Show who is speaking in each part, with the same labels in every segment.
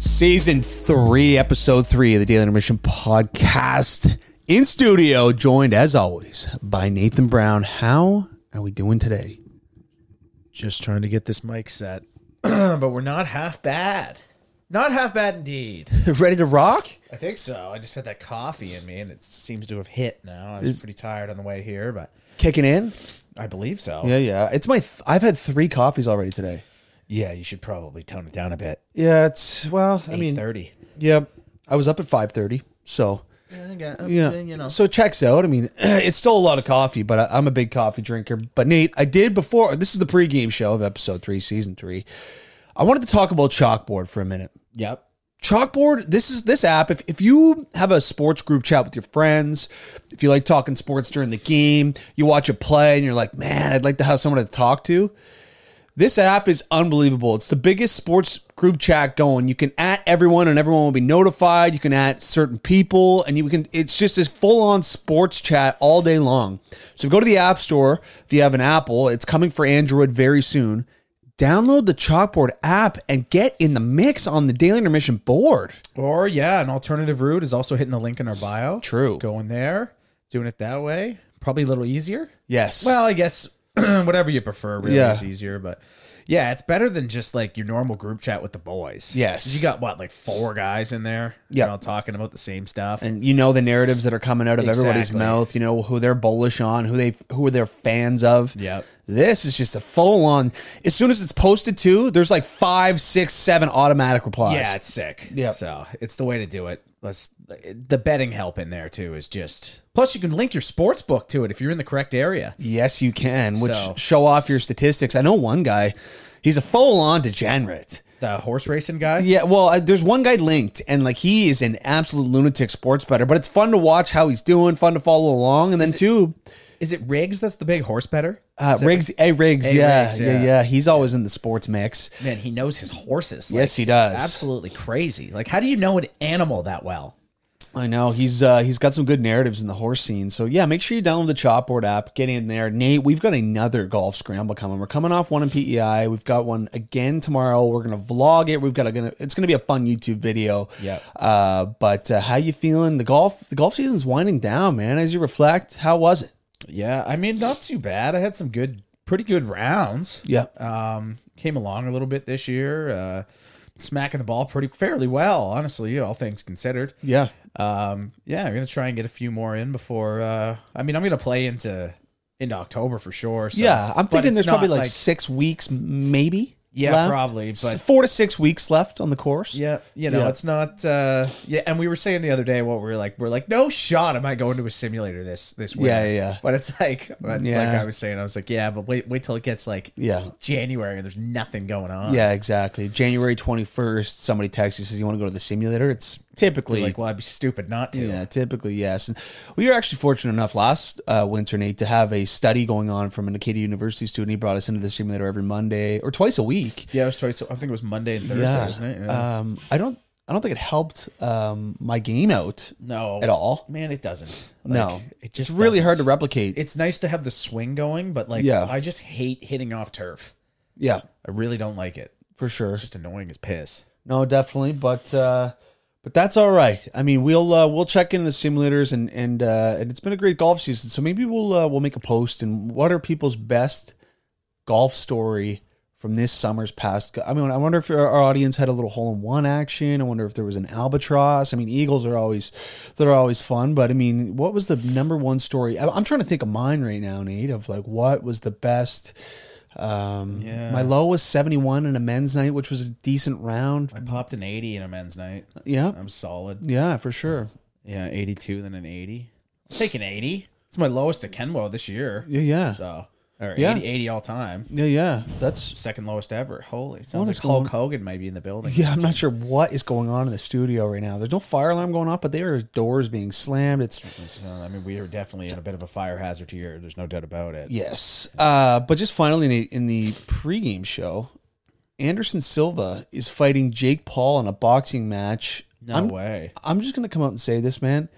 Speaker 1: Season three, episode three of the Daily Intermission podcast in studio, joined as always by Nathan Brown. How are we doing today?
Speaker 2: Just trying to get this mic set, but we're not half bad. Not half bad indeed.
Speaker 1: Ready to rock?
Speaker 2: I think so. I just had that coffee in me, and it seems to have hit now. I was pretty tired on the way here, but
Speaker 1: Kicking in?
Speaker 2: I believe so.
Speaker 1: Yeah, yeah. It's my, th- I've had three coffees already today.
Speaker 2: Yeah, you should probably tone it down a bit.
Speaker 1: Yeah, it's, well, I
Speaker 2: I
Speaker 1: mean,
Speaker 2: mean, thirty.
Speaker 1: yeah, I was up at 5.30, so
Speaker 2: Yeah,
Speaker 1: yeah. So it checks out. I mean, it's still a lot of coffee, but I, I'm a big coffee drinker. But Nate, I did before. This is the pregame show of episode three, season three. I wanted to talk about chalkboard for a minute.
Speaker 2: Yep.
Speaker 1: Chalkboard, this is this app. If, if you have a sports group chat with your friends, if you like talking sports during the game, you watch a play and you're like, man, I'd like to have someone to talk to. This app is unbelievable. It's the biggest sports group chat going. You can at everyone and everyone will be notified. You can at certain people and you can it's just this full-on sports chat all day long. So go to the App Store if you have an Apple. It's coming for Android very soon. Download the Chalkboard app and get in the mix on the Daily Intermission board.
Speaker 2: Or yeah, an alternative route is also hitting the link in our bio.
Speaker 1: True.
Speaker 2: Going there, doing it that way, probably a little easier.
Speaker 1: Yes.
Speaker 2: Well, I guess whatever you prefer really
Speaker 1: Yeah.
Speaker 2: is easier, but yeah, it's better than just like your normal group chat with the boys.
Speaker 1: Yes.
Speaker 2: You got what, like four guys in there?
Speaker 1: Yeah.
Speaker 2: They're all talking about the same stuff.
Speaker 1: and you know the narratives that are coming out of everybody's
Speaker 2: Exactly.
Speaker 1: mouth. You know who they're bullish on, who they who are their fans of.
Speaker 2: Yep.
Speaker 1: This is just a full on. As soon as it's posted to, there's like five, six, seven automatic replies.
Speaker 2: yeah, it's sick.
Speaker 1: Yep.
Speaker 2: So it's the way to do it. Let's the betting help in there too is just plus you can link your sports book to it if you're in the correct area.
Speaker 1: Yes, you can, which
Speaker 2: So-
Speaker 1: show off your statistics. I know one guy, he's a full on degenerate.
Speaker 2: The horse racing guy.
Speaker 1: Yeah, well, I, there's one guy linked, and like he is an absolute lunatic sports better, but it's fun to watch how he's doing, fun to follow along. And then, two,
Speaker 2: Is it Riggs that's the big horse better?
Speaker 1: uh, Riggs, A. Riggs,
Speaker 2: A.
Speaker 1: yeah,
Speaker 2: Riggs,
Speaker 1: yeah,
Speaker 2: yeah.
Speaker 1: yeah. He's always in the sports mix.
Speaker 2: Man, he knows his horses.
Speaker 1: Yes,
Speaker 2: Like,
Speaker 1: he does.
Speaker 2: It's absolutely crazy. Like, how do you know an animal that well?
Speaker 1: I know he's uh, he's got some good narratives in the horse scene. So yeah, make sure you download the Chopboard app, get in there. Nate, we've got another golf scramble coming. We're coming off one in PEI. We've got one again tomorrow. We're gonna vlog it. We've got a gonna it's gonna be a fun YouTube video.
Speaker 2: Yep.
Speaker 1: Uh, but uh, how you feeling? The golf the golf season's winding down, man. As you reflect, how was it?
Speaker 2: Yeah, I mean, not too bad. I had some good, pretty good rounds.
Speaker 1: Yeah.
Speaker 2: Um, came along a little bit this year. Uh, smacking the ball pretty fairly well, honestly, all things considered.
Speaker 1: yeah.
Speaker 2: Um, yeah, I'm gonna try and get a few more in before. Uh, I mean, I'm gonna play into into October for sure. So.
Speaker 1: yeah. I'm
Speaker 2: But
Speaker 1: thinking
Speaker 2: it's
Speaker 1: there's probably
Speaker 2: not
Speaker 1: like, six weeks, maybe.
Speaker 2: Yeah,
Speaker 1: left.
Speaker 2: probably, but-
Speaker 1: S- four to six weeks left on the course.
Speaker 2: Yeah, you know,
Speaker 1: Yeah.
Speaker 2: it's not. uh Yeah, and we were saying the other day what we were like. We're like, no shot. Am I going to a simulator this this winter?
Speaker 1: Yeah, yeah, yeah.
Speaker 2: But it's like, but like
Speaker 1: Yeah.
Speaker 2: I was saying, I was like, yeah, but wait, wait till it gets like
Speaker 1: Yeah.
Speaker 2: January and there's nothing going on.
Speaker 1: Yeah, exactly. January 21st, somebody texts you says you want to go to the simulator. It's typically
Speaker 2: You're like, well, I'd be stupid not to.
Speaker 1: yeah, typically yes. And we were actually fortunate enough last uh, winter, Nate, to have a study going on from an Acadia University student. He brought us into the simulator every Monday or twice a week.
Speaker 2: Yeah, it was twice. I think it was Monday and Thursday, wasn't it? Yeah.
Speaker 1: Um, I don't. I don't think it helped um, my game out
Speaker 2: no,
Speaker 1: at all.
Speaker 2: man, it doesn't.
Speaker 1: no,
Speaker 2: Like, it just
Speaker 1: it's really hard to
Speaker 2: doesn't.
Speaker 1: replicate.
Speaker 2: It's nice to have the swing going, but like,
Speaker 1: Yeah.
Speaker 2: I just hate hitting off turf.
Speaker 1: yeah,
Speaker 2: I really don't like it.
Speaker 1: for sure.
Speaker 2: It's just annoying as piss.
Speaker 1: No, definitely, but uh, but that's all right. I mean, we'll uh, we'll check in the simulators and and uh, and it's been a great golf season. So maybe we'll uh, we'll make a post and what are people's best golf story from this summer's past. go- I mean, I wonder if our our audience had a little hole in one action. I wonder if there was an albatross. I mean, eagles are always they're always fun, but I mean, what was the number one story? I- I'm trying to think of mine right now, Nate. Of like, what was the best? Um,
Speaker 2: Yeah.
Speaker 1: my low was 71 in a men's night, which was a decent round.
Speaker 2: I popped an 80 in a men's night.
Speaker 1: Yeah.
Speaker 2: Um, I'm solid.
Speaker 1: Yeah, for sure.
Speaker 2: Yeah, 82, then an 80. I'll take an 80. It's It's my lowest at Kenwo this year.
Speaker 1: Yeah, yeah.
Speaker 2: So, or
Speaker 1: Yeah.
Speaker 2: 80, 80 all time.
Speaker 1: Yeah, yeah. That's
Speaker 2: Second lowest ever. Holy, sounds
Speaker 1: What
Speaker 2: like
Speaker 1: is going-
Speaker 2: Hulk Hogan might be in the building.
Speaker 1: yeah. I'm not sure what is going on in the studio right now. There's no fire alarm going off, but there are doors being slammed. It's
Speaker 2: So, uh, I mean, we are definitely in a bit of a fire hazard here. There's no doubt about it.
Speaker 1: yes. Uh, but just finally in the, in the pregame show, Anderson Silva is fighting Jake Paul in a boxing match.
Speaker 2: No
Speaker 1: I'm,
Speaker 2: way.
Speaker 1: I'm just gonna come out and say this, man.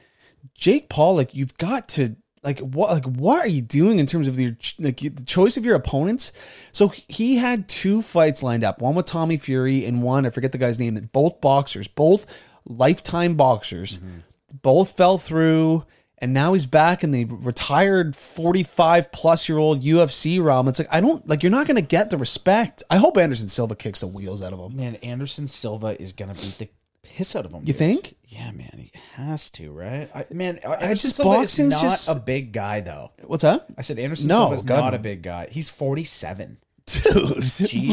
Speaker 1: Jake Paul, like you've got to like what like what are you doing in terms of your ch- like you- the choice of your opponents? So he had two fights lined up, one with Tommy Fury and one I forget the guy's name. That both boxers, both lifetime boxers, both fell through. And now he's back in the retired 45 plus year old UFC realm. It's like, I don't, like, you're not going to get the respect. I hope Anderson Silva kicks the wheels out of him.
Speaker 2: Man, Anderson Silva is gonna beat the piss out of him.
Speaker 1: You
Speaker 2: dude.
Speaker 1: think?
Speaker 2: Yeah, man, he has to, right? I, man, uh,
Speaker 1: just-
Speaker 2: just boxing
Speaker 1: boxing's
Speaker 2: not
Speaker 1: just-
Speaker 2: a big guy though.
Speaker 1: What's that?
Speaker 2: I said Anderson
Speaker 1: No,
Speaker 2: Silva's
Speaker 1: God,
Speaker 2: not
Speaker 1: no.
Speaker 2: a big guy. He's 47.
Speaker 1: Dude.
Speaker 2: Jeez,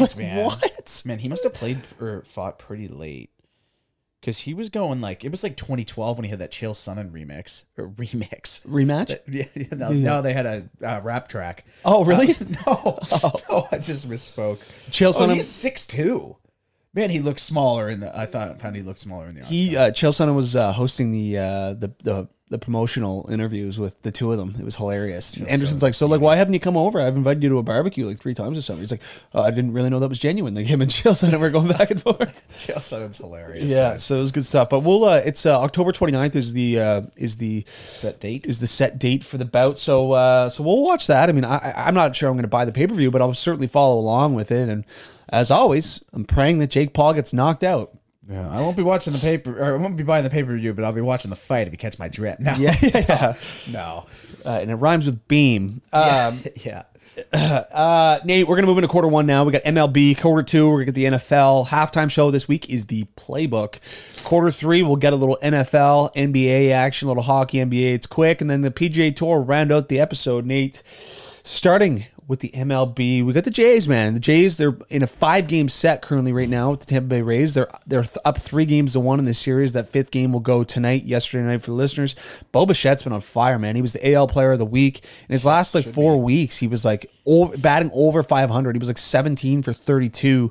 Speaker 1: like,
Speaker 2: man.
Speaker 1: What?
Speaker 2: Man, he must have played or fought pretty late. Cause he was going like it was like 2012 when he had that Chael Sonnen remix or remix.
Speaker 1: Rematch?
Speaker 2: Yeah, yeah, no, no, they had a uh, rap track. Uh,
Speaker 1: Oh, really? Oh.
Speaker 2: No, no, I just misspoke.
Speaker 1: Chael
Speaker 2: Oh,
Speaker 1: Sonnen-
Speaker 2: he's six two. Man, he looked smaller in the. I thought found he looked smaller in the.
Speaker 1: he uh, Chael Sonnen was uh, hosting the, uh, the the the promotional interviews with the two of them. It was hilarious. And Anderson's like, so like, why haven't you come over? I've invited you to a barbecue like three times or something. He's like, oh, I didn't really know that was genuine. Like him and Chael Sonnen were going back and forth.
Speaker 2: Chael Sonnen's hilarious.
Speaker 1: Yeah, so it was good stuff. But we'll uh, it's uh, October 29th is the uh, is the
Speaker 2: set date.
Speaker 1: is the set date for the bout. So uh, so we'll watch that. I mean, I, I- I'm not sure I'm going to buy the pay per view, but I'll certainly follow along with it. And as always, I'm praying that Jake Paul gets knocked out.
Speaker 2: Yeah, I won't be watching the paper, or I won't be buying the pay per view, but I'll be watching the fight if you catch my drip. No,
Speaker 1: Yeah, yeah, yeah.
Speaker 2: no,
Speaker 1: Uh, and it rhymes with beam. Um,
Speaker 2: yeah.
Speaker 1: uh, Nate, we're gonna move into quarter one now. We got MLB quarter two. We're gonna get the NFL halftime show this week is the playbook. Quarter three, we'll get a little NFL, NBA action, a little hockey, NBA. It's quick, and then the PGA Tour will round out the episode. Nate, starting with the MLB, we got the Jays. Man, the Jays they're in a five game set currently right now with the Tampa Bay Rays. They're they're th- up three games to one in this series. That fifth game will go tonight. Yesterday night for the listeners, Bo Bichette's been on fire, man. He was the AL Player of the Week in his last like four weeks. He was like over, batting over 500. He was like 17 for 32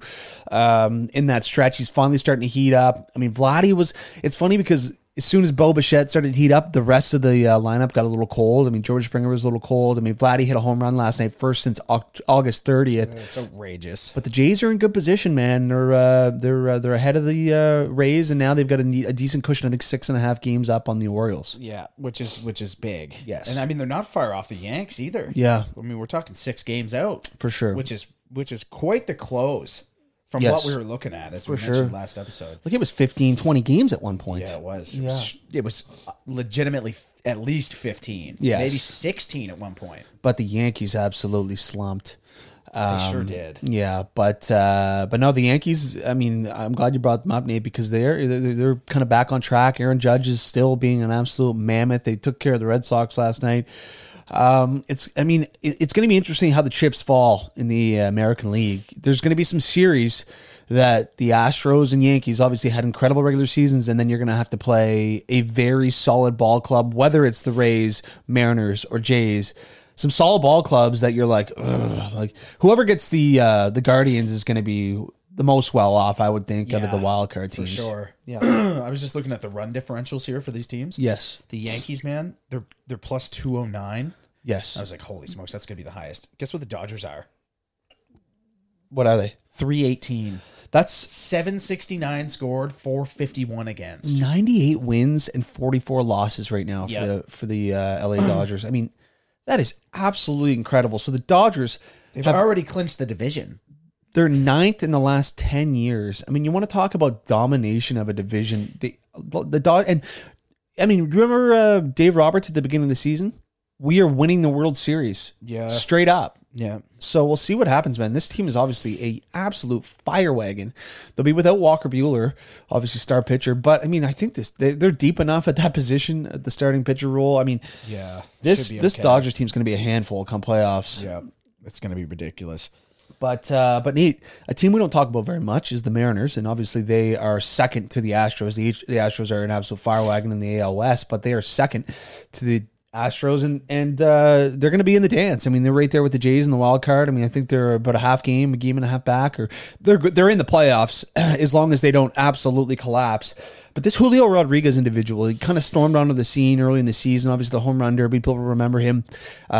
Speaker 1: um, in that stretch. He's finally starting to heat up. I mean, Vladdy was. It's funny because as soon as Bo Bichette started to heat up, the rest of the uh, lineup got a little cold. I mean, George Springer was a little cold. I mean, Vladdy hit a home run last night, first since Oct- August 30th.
Speaker 2: It's outrageous.
Speaker 1: But the Jays are in good position, man. They're uh, they're uh, they're ahead of the uh, Rays, and now they've got a, ne- a decent cushion. I think six and a half games up on the Orioles.
Speaker 2: Yeah, which is which is big.
Speaker 1: Yes.
Speaker 2: and I mean they're not far off the Yanks either.
Speaker 1: Yeah.
Speaker 2: I mean we're talking six games out
Speaker 1: For sure.
Speaker 2: which is which is quite the close from
Speaker 1: Yes.
Speaker 2: what we were looking at as we
Speaker 1: For
Speaker 2: mentioned
Speaker 1: sure.
Speaker 2: last episode.
Speaker 1: like it was 15, 20 games at one point.
Speaker 2: Yeah, it was. It was, it was uh, legitimately f- at least fifteen.
Speaker 1: Yes.
Speaker 2: maybe sixteen at one point.
Speaker 1: But the Yankees absolutely slumped.
Speaker 2: They
Speaker 1: Um,
Speaker 2: sure did.
Speaker 1: Yeah, but uh, but no, the Yankees. I mean, I'm glad you brought them up, Nate, because they're they're, they're kind of back on track. Aaron Judge is still being an absolute mammoth. They took care of the Red Sox last night. Um, it's I mean, it, it's going to be interesting how the chips fall in the uh, American League. There's going to be some series that the Astros and Yankees obviously had incredible regular seasons, and then you're going to have to play a very solid ball club, whether it's the Rays, Mariners, or Jays some solid ball clubs that you're like, "Ugh," like whoever gets the uh, the Guardians is going to be the most well off, I would think, out of the
Speaker 2: Yeah,
Speaker 1: wild card
Speaker 2: For
Speaker 1: teams.
Speaker 2: sure. Yeah. I was just looking at the run differentials here for these teams.
Speaker 1: Yes,
Speaker 2: The Yankees, man, they're they're plus two oh nine. I
Speaker 1: yes.
Speaker 2: was like, holy smokes, that's gonna be the highest. Guess what the Dodgers are?
Speaker 1: What are they?
Speaker 2: 318.
Speaker 1: That's
Speaker 2: 769 scored, 451
Speaker 1: Mm.
Speaker 2: against.
Speaker 1: 98 wins and 44 losses right now for
Speaker 2: Yeah.
Speaker 1: the for the uh, LA Dodgers. I mean, that is absolutely incredible. So the Dodgers
Speaker 2: They've
Speaker 1: have
Speaker 2: already clinched the division.
Speaker 1: they're ninth in the last 10 years. I mean, you want to talk about domination of a division. The the Dod and I mean, do you remember uh, Dave Roberts at the beginning of the season? We are winning the World Series.
Speaker 2: Yeah.
Speaker 1: Straight up.
Speaker 2: Yeah.
Speaker 1: So we'll see what happens, man. This team is obviously a absolute fire wagon. They'll be without Walker Bueller, obviously star pitcher, but I mean, I think this they, they're deep enough at that position at the starting pitcher role. I mean,
Speaker 2: Yeah.
Speaker 1: this
Speaker 2: Should be
Speaker 1: this
Speaker 2: okay.
Speaker 1: Dodgers team's going to be a handful come playoffs.
Speaker 2: Yeah. It's gonna be ridiculous.
Speaker 1: But uh, but neat. A team we don't talk about very much is the Mariners, and obviously they are second to the Astros. The the Astros are an absolute fire wagon in the AL West, but they are second to the Astros and and uh, they're going to be in the dance. I mean, they're right there with the Jays in the wild card. I mean, I think they're about a half game, a game and a half back, or they're they're in the playoffs as long as they don't absolutely collapse. But this Julio Rodriguez individual, he kind of stormed onto the scene early in the season. Obviously, the home run derby, people remember him,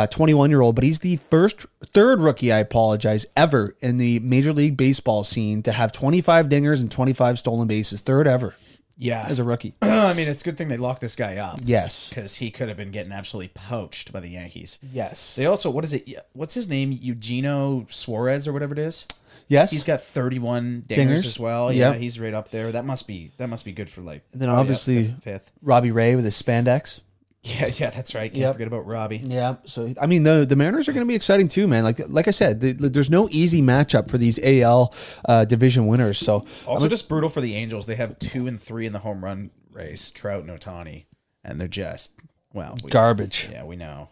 Speaker 1: twenty one year old. But he's the first, third rookie, I apologize, ever in the Major League Baseball scene to have twenty five dingers and twenty five stolen bases, third ever
Speaker 2: Yeah.
Speaker 1: as a rookie.
Speaker 2: I mean, it's a good thing they locked this guy up.
Speaker 1: Yes.
Speaker 2: Because he could have been getting absolutely poached by the Yankees.
Speaker 1: Yes.
Speaker 2: They also, what is it? What's his name? Eugenio Suarez or whatever it is?
Speaker 1: Yes.
Speaker 2: He's got 31 dingers,
Speaker 1: Dingers.
Speaker 2: as well. Yeah,
Speaker 1: Yep.
Speaker 2: he's right up there. That must be that must be good for like.
Speaker 1: And then
Speaker 2: oh, yeah,
Speaker 1: obviously-
Speaker 2: fifth, fifth.
Speaker 1: Robbie Ray with his spandex.
Speaker 2: Yeah, yeah, that's right. Can't
Speaker 1: Yep.
Speaker 2: forget about Robbie.
Speaker 1: Yeah. So I mean, the the Mariners are going to be exciting too, man. Like like I said, the, there's no easy matchup for these AL uh, division winners. So
Speaker 2: Also, just brutal for the Angels. They have two and three in the home run race. Trout and Otani, and they're just well, we,
Speaker 1: garbage.
Speaker 2: yeah, we know,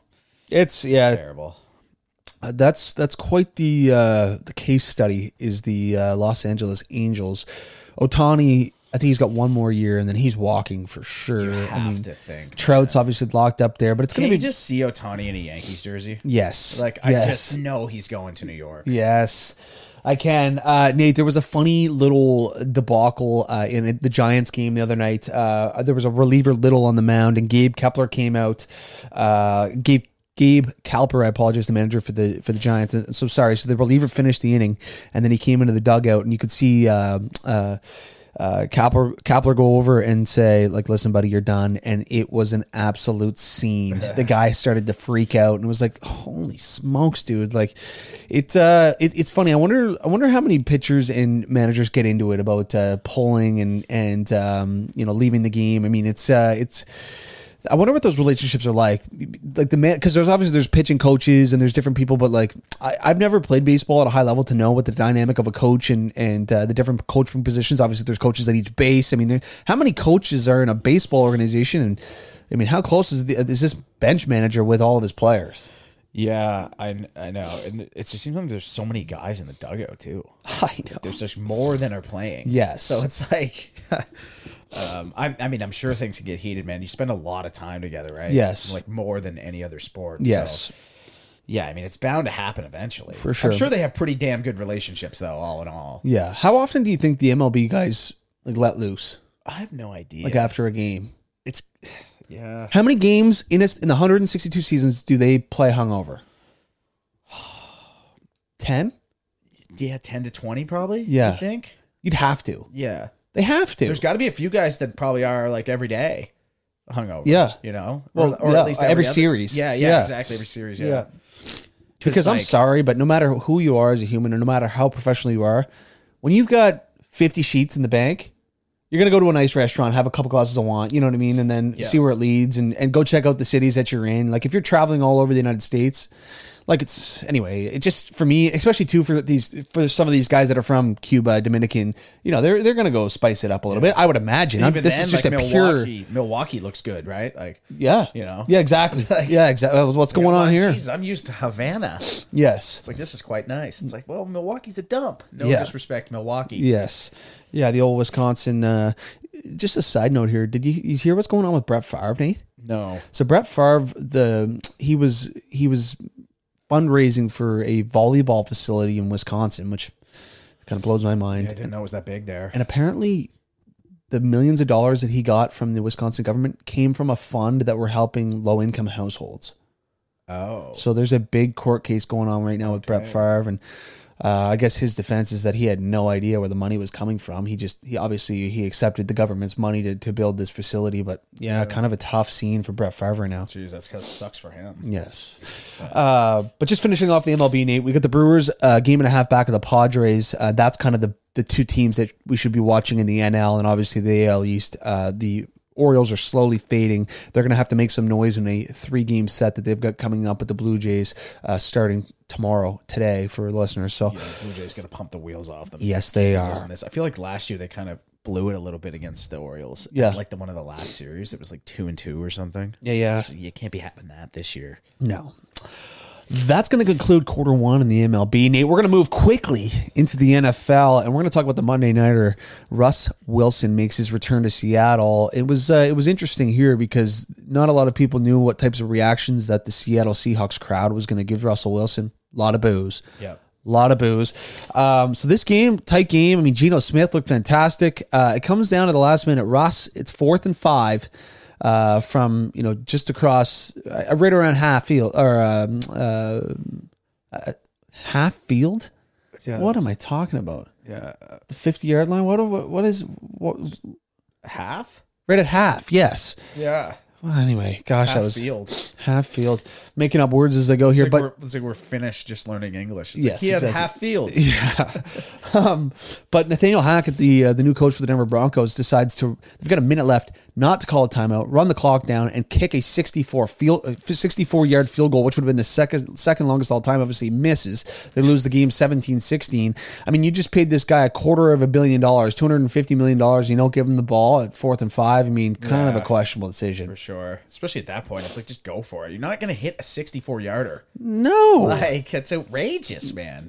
Speaker 1: It's yeah.
Speaker 2: terrible.
Speaker 1: uh, That's that's quite the uh, the case study is the uh, Los Angeles Angels. Otani, I think he's got one more year, and then he's walking for sure. I
Speaker 2: Have
Speaker 1: mean,
Speaker 2: to think.
Speaker 1: Trout's obviously locked up there, but it's
Speaker 2: Can
Speaker 1: going to
Speaker 2: you
Speaker 1: be
Speaker 2: just see Otani in a Yankees jersey?
Speaker 1: yes,
Speaker 2: Like I
Speaker 1: yes.
Speaker 2: just know he's going to New York.
Speaker 1: Yes, I can. Uh, Nate, there was a funny little debacle uh, in it- the Giants game the other night. Uh, there was a reliever Little on the mound, and Gabe Kepler came out. Uh, Gabe Gabe Calper, I apologize, the manager for the for the Giants. And so sorry. So the reliever finished the inning, and then he came into the dugout, and you could see. Uh, uh, uh, Kapler, Kapler go over and say, like, listen, buddy, you're done. And it was an absolute scene. the guy started to freak out and was like, holy smokes, dude. Like it's, uh, it, it's funny. I wonder, I wonder how many pitchers and managers get into it about, uh, pulling and, and, um, you know, leaving the game. I mean, it's, uh, it's, I wonder what those relationships are like. Like the man, because there's obviously there's pitching coaches and there's different people, but like I, I've never played baseball at a high level to know what the dynamic of a coach and and uh, the different coaching positions. Obviously, there's coaches at each base. I mean, there, how many coaches are in a baseball organization? And I mean, how close is the, is this bench manager with all of his players?
Speaker 2: Yeah, I I know, and it just seems like there's so many guys in the dugout too.
Speaker 1: I know.
Speaker 2: there's just more than are playing.
Speaker 1: Yes.
Speaker 2: So it's like, um, I, I mean, I'm sure things can get heated, man. You spend a lot of time together, right?
Speaker 1: Yes.
Speaker 2: Like more than any other sport.
Speaker 1: Yes.
Speaker 2: So, yeah, I mean, it's bound to happen eventually. For
Speaker 1: sure.
Speaker 2: I'm sure they have pretty damn good relationships, though, all in all.
Speaker 1: Yeah. How often do you think the MLB guys like let loose
Speaker 2: I have no idea.
Speaker 1: like after a game?
Speaker 2: it's, yeah.
Speaker 1: How many games in a, in the 162 seasons do they play hungover? Ten.
Speaker 2: Yeah, 10 to 20 probably.
Speaker 1: Yeah.
Speaker 2: You think?
Speaker 1: You'd have to.
Speaker 2: Yeah.
Speaker 1: They have to.
Speaker 2: There's got to be a few guys that probably are like every day hungover.
Speaker 1: Yeah.
Speaker 2: You know?
Speaker 1: Well, yeah, every
Speaker 2: other-
Speaker 1: series.
Speaker 2: Yeah, yeah,
Speaker 1: Yeah.
Speaker 2: exactly. Every series. Yeah.
Speaker 1: Yeah. because I'm
Speaker 2: like-
Speaker 1: sorry, but no matter who you are as a human, and no matter how professional you are, when you've got 50 sheets in the bank, you're gonna go to a nice restaurant, have a couple glasses of wine, you know what I mean, and then
Speaker 2: Yeah.
Speaker 1: see where it leads, and and go check out the cities that you're in. Like if you're traveling all over the United States, like it's anyway, it just for me, especially too for these for some of these guys that are from Cuba, Dominican, you know, they're they're gonna go spice it up a little bit. I would imagine. I'm-
Speaker 2: even
Speaker 1: this
Speaker 2: then,
Speaker 1: is just
Speaker 2: like
Speaker 1: a pure
Speaker 2: Milwaukee, Milwaukee looks good, right? Like,
Speaker 1: Yeah.
Speaker 2: You know?
Speaker 1: Yeah, exactly. yeah, exactly. What's going on here?
Speaker 2: Jeez, I'm used to Havana. It's
Speaker 1: Yes.
Speaker 2: like this is quite nice. It's like, well, Milwaukee's a dump. No
Speaker 1: Yeah.
Speaker 2: disrespect, Milwaukee.
Speaker 1: Yes. Yeah, the old Wisconsin uh just a side note here. Did you, you hear what's going on with Brett Favre, Nate?
Speaker 2: No.
Speaker 1: So Brett Favre, the he was he was fundraising for a volleyball facility in Wisconsin, which kind of blows my mind.
Speaker 2: I didn't know it was that big there.
Speaker 1: And apparently, the millions of dollars that he got from the Wisconsin government came from a fund that were helping low income households.
Speaker 2: Oh.
Speaker 1: So there's a big court case going on right now with Brett Favre, and uh, I guess his defense is that he had no idea where the money was coming from. He just he obviously he accepted the government's money to, to build this facility, but yeah, kind of a tough scene for Brett Favre right now.
Speaker 2: Jeez, that's kind of sucks for him.
Speaker 1: Yes, uh, but just finishing off the MLB, Nate, we got the Brewers uh, game and a half back of the Padres. Uh, that's kind of the the two teams that we should be watching in the NL and obviously the AL East. Uh, the Orioles are slowly fading. They're going to have to make some noise in a three game set that they've got coming up with the Blue Jays uh, starting tomorrow, today for listeners. So,
Speaker 2: Yeah, the Blue Jays gonna pump the wheels off them.
Speaker 1: yes, they
Speaker 2: Listen
Speaker 1: are.
Speaker 2: to This. I feel like last year they kind of blew it a little bit against the Orioles.
Speaker 1: Yeah.
Speaker 2: Like the one of the last series, it was like two and two or something.
Speaker 1: Yeah, yeah.
Speaker 2: So you can't be having that this year.
Speaker 1: No. That's going to conclude quarter one in the MLB. Nate, we're going to move quickly into the NFL, and we're going to talk about the Monday nighter. Russ Wilson makes his return to Seattle. It was uh, it was interesting here because not a lot of people knew what types of reactions that the Seattle Seahawks crowd was going to give Russell Wilson. A lot of boos.
Speaker 2: Yep.
Speaker 1: A lot of boos. Um, so this game, tight game. I mean, Geno Smith looked fantastic. Uh, it comes down to the last minute. Russ, it's fourth and five uh, from you know just across, uh, right around half field or um, uh, uh, half field.
Speaker 2: Yeah,
Speaker 1: what am I talking about?
Speaker 2: Yeah, uh,
Speaker 1: The fifty yard line. What? What, what is? What,
Speaker 2: half.
Speaker 1: right at half. Yes.
Speaker 2: Yeah,
Speaker 1: Well, anyway, gosh,
Speaker 2: half
Speaker 1: that was
Speaker 2: field.
Speaker 1: half field. Making up words as I go
Speaker 2: It's
Speaker 1: here,
Speaker 2: like
Speaker 1: but
Speaker 2: we're, it's like we're finished just learning English. It's
Speaker 1: Yes,
Speaker 2: like he
Speaker 1: exactly.
Speaker 2: had half field.
Speaker 1: Yeah. um, but Nathaniel Hackett, the uh, the new coach for the Denver Broncos, decides to they've got a minute left, not to call a timeout, run the clock down, and kick a 64 field uh, 64 yard field goal, which would have been the second second longest all time. Obviously, misses. They lose the game 17-16. I mean, you just paid this guy a quarter of a billion dollars, 250 million dollars. You don't give him the ball at fourth and five. I mean, kind of a
Speaker 2: Yeah.
Speaker 1: questionable decision.
Speaker 2: For sure, especially at that point, it's like just go for it. You're not gonna hit a 64 yarder.
Speaker 1: No.
Speaker 2: Like it's outrageous, man.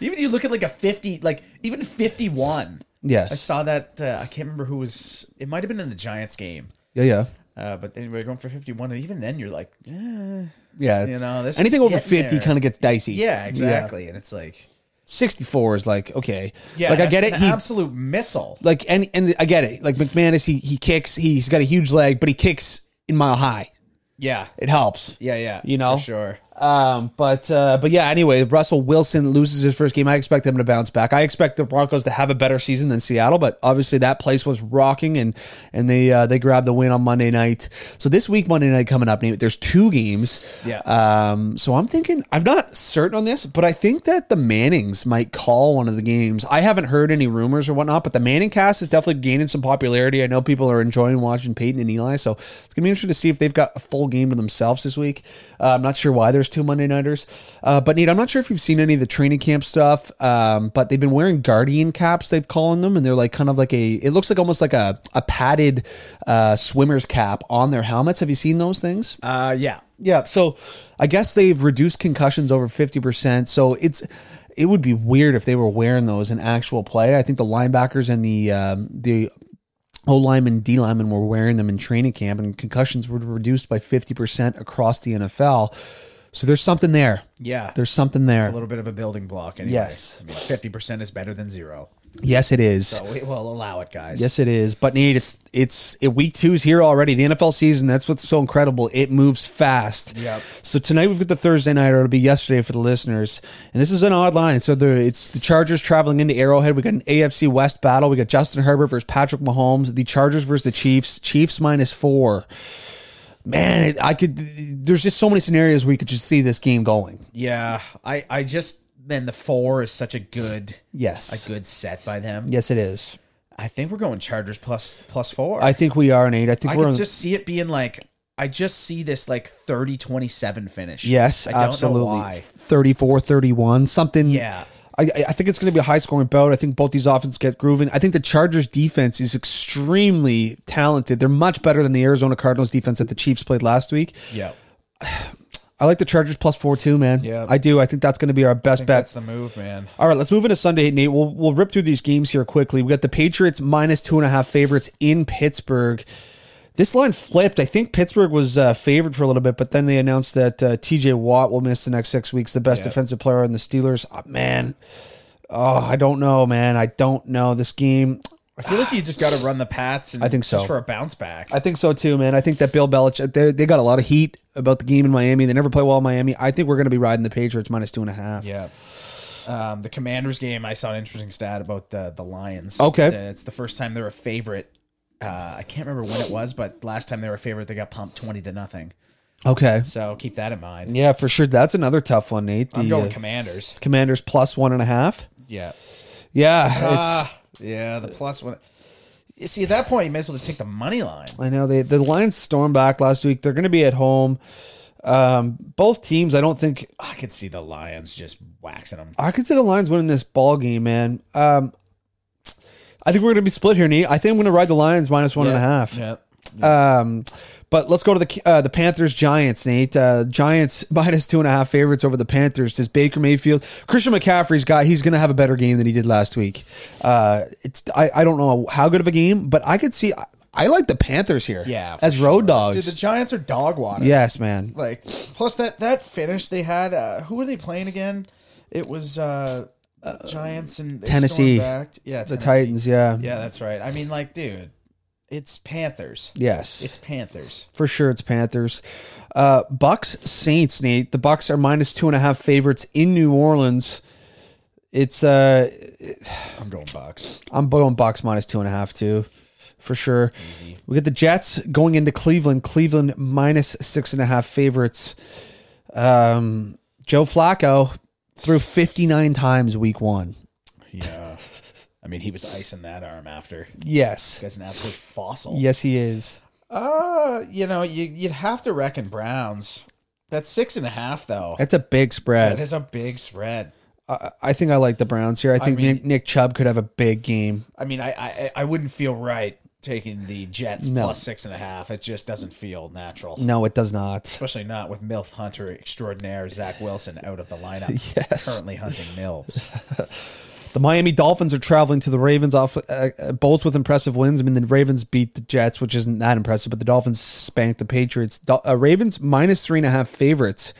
Speaker 2: even you look at like a 50, like even 51.
Speaker 1: Yes.
Speaker 2: I saw that. Uh, I can't remember who was. It might have been in the Giants game.
Speaker 1: yeah, yeah.
Speaker 2: Uh, but anyway, going for 51, and even then, you're like, eh.
Speaker 1: Yeah,
Speaker 2: You
Speaker 1: it's-
Speaker 2: know, this is
Speaker 1: anything over
Speaker 2: getting
Speaker 1: fifty
Speaker 2: there.
Speaker 1: kind of gets dicey.
Speaker 2: yeah, exactly. And it's like,
Speaker 1: 64 is like okay
Speaker 2: yeah,
Speaker 1: like i get
Speaker 2: that's
Speaker 1: it
Speaker 2: An
Speaker 1: he
Speaker 2: absolute missile.
Speaker 1: like and and i get it like mcmanus he he kicks he's got a huge leg but he kicks in mile high
Speaker 2: Yeah,
Speaker 1: it helps
Speaker 2: yeah, yeah.
Speaker 1: You know?
Speaker 2: for sure.
Speaker 1: um but uh but yeah anyway russell wilson loses his first game i expect him to bounce back i expect the broncos to have a better season than seattle but obviously that place was rocking and and they uh they grabbed the win on monday night so this week monday night coming up Nate, there's two games
Speaker 2: Yeah.
Speaker 1: um so i'm thinking i'm not certain on this but i think that the mannings might call one of the games i haven't heard any rumors or whatnot but the manning cast is definitely gaining some popularity i know people are enjoying watching peyton and eli so it's gonna be interesting to see if they've got a full game to themselves this week uh, i'm not sure why there's two monday nighters uh, but nate i'm not sure if you've seen any of the training camp stuff um, but they've been wearing guardian caps they've calling them and they're like kind of like a it looks like almost like a, a padded uh, swimmer's cap on their helmets have you seen those things
Speaker 2: Uh, yeah,
Speaker 1: yeah, so I guess they've reduced concussions over 50%. So it's it would be weird if they were wearing those in actual play. I think the linebackers and the um, the O linemen, D linemen were wearing them in training camp, and concussions were reduced by 50% across the NFL. So there's something there.
Speaker 2: yeah.
Speaker 1: There's something there.
Speaker 2: a little bit of a building block. Anyway.
Speaker 1: Yes.
Speaker 2: I mean, 50% is better than zero.
Speaker 1: yes, it is.
Speaker 2: So we will allow it, guys.
Speaker 1: Yes, it is. But Nate, it's it's it, week two's here already. The NFL season. That's what's so incredible. It moves fast.
Speaker 2: Yep.
Speaker 1: So tonight we've got the Thursday nighter. It'll be yesterday for the listeners, and this is an odd line. So the it's the Chargers traveling into Arrowhead. We got an AFC West battle. We got Justin Herbert versus Patrick Mahomes. The Chargers versus the Chiefs. Chiefs minus four. Man, it, I could. There's just so many scenarios where you could just see this game going.
Speaker 2: Yeah. I, I just, man, the four is such a good, a
Speaker 1: Yes.
Speaker 2: good set by them.
Speaker 1: Yes, it is.
Speaker 2: I think we're going Chargers plus, plus four.
Speaker 1: I think we are, Nate. I think
Speaker 2: I
Speaker 1: we're
Speaker 2: can
Speaker 1: on,
Speaker 2: just see it being like, I just see this like 30 27 finish.
Speaker 1: Yes,
Speaker 2: I don't
Speaker 1: absolutely.
Speaker 2: know why.
Speaker 1: 34 31, something.
Speaker 2: Yeah.
Speaker 1: I, I- I think it's going to be a high scoring bout. I think both these offenses get grooving. I think the Chargers defense is extremely talented. They're much better than the Arizona Cardinals defense that the Chiefs played last week.
Speaker 2: Yeah.
Speaker 1: I like the Chargers plus four too, man.
Speaker 2: Yeah.
Speaker 1: I do. I think that's going to be our best bet.
Speaker 2: That's the move, man.
Speaker 1: All right, let's move into Sunday, Nate. We'll we'll rip through these games here quickly. We got the Patriots minus two and a half favorites in Pittsburgh. This line flipped. I think Pittsburgh was uh, favored for a little bit, but then they announced that uh, T.J. Watt will miss the next six weeks. The best
Speaker 2: Yeah.
Speaker 1: defensive player in the Steelers. Oh, man, oh, I don't know, man. I don't know this game.
Speaker 2: I feel like you just got to run the Pats. And
Speaker 1: I think so.
Speaker 2: Just for a bounce back.
Speaker 1: I think so too, man. I think that Bill Belichick they, they got a lot of heat about the game in Miami. They never play well in Miami. I think we're going to be riding the Patriots minus two and a half.
Speaker 2: Yeah. Um, the Commanders game, I saw an interesting stat about the the Lions.
Speaker 1: Okay.
Speaker 2: Uh, it's the first time they're a favorite. Uh, I can't remember when it was, but last time they were a favorite, they got pumped twenty to nothing.
Speaker 1: Okay.
Speaker 2: So keep that in mind.
Speaker 1: Yeah, for sure. That's another tough one, Nate. The
Speaker 2: I'm going
Speaker 1: uh,
Speaker 2: Commanders.
Speaker 1: Commanders plus one and a half.
Speaker 2: Yeah.
Speaker 1: Yeah, it's,
Speaker 2: Ah, yeah. The plus one. You see, at that point, you may as well just take the money line.
Speaker 1: I know they the Lions stormed back last week. They're going to be at home. Um, both teams, I don't think
Speaker 2: I could see the Lions just waxing them.
Speaker 1: I could see the Lions winning this ball game, man. Um, I think we're going to be split here, Nate. I think I'm going to ride the Lions minus one and a half.
Speaker 2: Yep.
Speaker 1: Um, but let's go to the uh, the Panthers Giants, Nate. Uh, Giants minus two and a half favorites over the Panthers. Does Baker Mayfield, Christian McCaffrey's guy, he's going to have a better game than he did last week. Uh, it's I, I don't know how good of a game, but I could see I, I like the Panthers here.
Speaker 3: Yeah, for
Speaker 1: as road
Speaker 3: sure.
Speaker 1: dogs.
Speaker 2: Dude, the Giants are dog water.
Speaker 1: yes, man.
Speaker 2: Like, plus that that finish they had. Uh, who were they playing again? It was uh, Giants and they
Speaker 1: Tennessee.
Speaker 2: stormed back. Yeah,
Speaker 1: The
Speaker 2: Tennessee.
Speaker 1: Titans, yeah.
Speaker 2: Yeah, that's right. I mean, like, dude, it's Panthers.
Speaker 1: Yes.
Speaker 2: It's Panthers.
Speaker 1: For sure, it's Panthers. Uh, Bucks Saints, Nate. The Bucks are minus two and a half favorites in New Orleans. It's uh,
Speaker 2: I'm going Bucks.
Speaker 1: I'm going Bucks minus two and a half too, for sure. We get the Jets going into Cleveland. Cleveland minus six and a half favorites. Um, Joe Flacco threw 59 times week one.
Speaker 2: Yeah.
Speaker 3: I mean, he was icing that arm after.
Speaker 1: Yes,
Speaker 3: Guy's an absolute fossil.
Speaker 1: yes, he is.
Speaker 2: Uh, you know, you you'd have to reckon Browns. That's six and a half, though.
Speaker 1: That's a big
Speaker 2: That
Speaker 1: spread.
Speaker 2: is a big spread.
Speaker 1: I, I think I like the Browns here. I think
Speaker 2: mean-
Speaker 1: Nick, Nick Chubb could have a big game.
Speaker 2: I mean, I I, I wouldn't feel right taking the Jets
Speaker 1: No. Mm.
Speaker 2: plus six and a half. It just doesn't feel natural,
Speaker 1: No, it does not.
Speaker 2: especially not with MILF Hunter extraordinaire Zach Wilson out of the lineup.
Speaker 1: Yes.
Speaker 2: currently hunting MILFs.
Speaker 1: The Miami Dolphins are traveling to the Ravens off uh, uh, both with impressive wins. I mean, the Ravens beat the Jets, which isn't that impressive, but the Dolphins spanked the Patriots. Do- uh, Ravens minus three and a half favorites.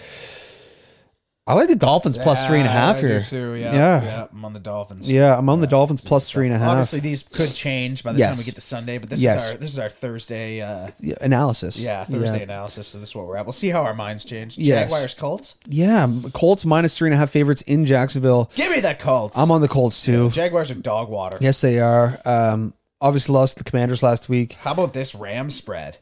Speaker 1: I like the Dolphins plus three and a half
Speaker 2: I
Speaker 1: here.
Speaker 2: do too, yeah,
Speaker 1: yeah,
Speaker 2: yeah, I'm on the Dolphins.
Speaker 1: Yeah, I'm on the Dolphins plus three and a half.
Speaker 2: Obviously, these could change by the time
Speaker 1: Yes.
Speaker 2: we get to Sunday, but this
Speaker 1: Yes.
Speaker 2: is our this is our Thursday. Uh,
Speaker 1: Yeah, analysis.
Speaker 2: yeah, Thursday analysis. So this is what we're at. We'll see how our minds change.
Speaker 1: Yes.
Speaker 2: Jaguars, Colts.
Speaker 1: Yeah. yeah, Colts minus three and a half favorites in Jacksonville.
Speaker 2: Give me that Colts.
Speaker 1: I'm on the Colts too.
Speaker 2: Jaguars are dog water.
Speaker 1: Yes, they are. Um, obviously lost to the Commanders last week.
Speaker 2: How about this Ram spread?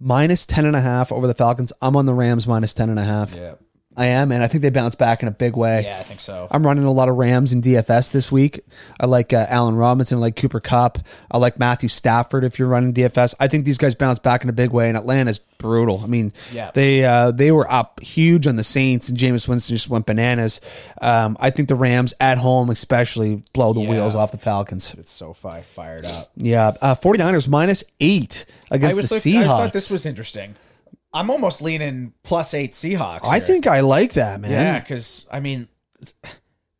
Speaker 1: Minus ten and a half over the Falcons. I'm on the Rams minus ten and a half.
Speaker 2: Yeah.
Speaker 1: I am, and I think they bounce back in a big way.
Speaker 2: Yeah, I think so.
Speaker 1: I'm running a lot of Rams in DFS this week. I like uh, Allen Robinson. I like Cooper Cup. I like Matthew Stafford. If you're running DFS, I think these guys bounce back in a big way. And Atlanta's brutal. I mean,
Speaker 2: Yeah.
Speaker 1: they uh, they were up huge on the Saints, and Jameis Winston just went bananas. Um, I think the Rams at home, especially, blow the wheels off the Falcons.
Speaker 2: It's so fi fired up.
Speaker 1: Yeah, uh, 49ers minus eight
Speaker 2: I
Speaker 1: against
Speaker 2: was
Speaker 1: the
Speaker 2: look- I
Speaker 1: Seahawks. I,
Speaker 2: thought this was interesting. I'm almost leaning plus eight Seahawks. here.
Speaker 1: think I like that, man.
Speaker 2: yeah, because I mean,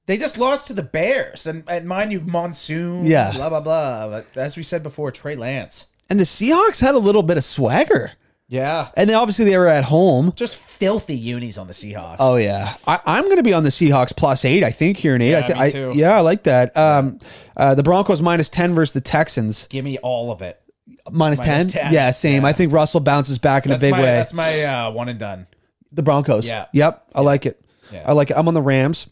Speaker 2: they just lost to the Bears, and, and mind you, monsoon.
Speaker 1: Yeah.
Speaker 2: blah blah blah. But as we said before, Trey Lance.
Speaker 1: And the Seahawks had a little bit of swagger,
Speaker 2: Yeah,
Speaker 1: and they, obviously they were at home.
Speaker 2: just filthy unis on the Seahawks.
Speaker 1: Oh yeah, I, I'm going to be on the Seahawks plus eight. I think here, Nate.
Speaker 2: Yeah,
Speaker 1: I thi-
Speaker 2: me
Speaker 1: I-
Speaker 2: too.
Speaker 1: yeah, I like that. Um, uh, the Broncos minus ten versus the Texans
Speaker 2: Give me all of it.
Speaker 1: minus ten.
Speaker 2: Minus 10,
Speaker 1: Yeah, same. I think Russell bounces back in
Speaker 2: That's
Speaker 1: a big
Speaker 2: my
Speaker 1: way.
Speaker 2: that's my uh, one and done.
Speaker 1: the Broncos.
Speaker 2: Yeah.
Speaker 1: Yep. I like it.
Speaker 2: Yeah.
Speaker 1: I like it. I'm on the Rams.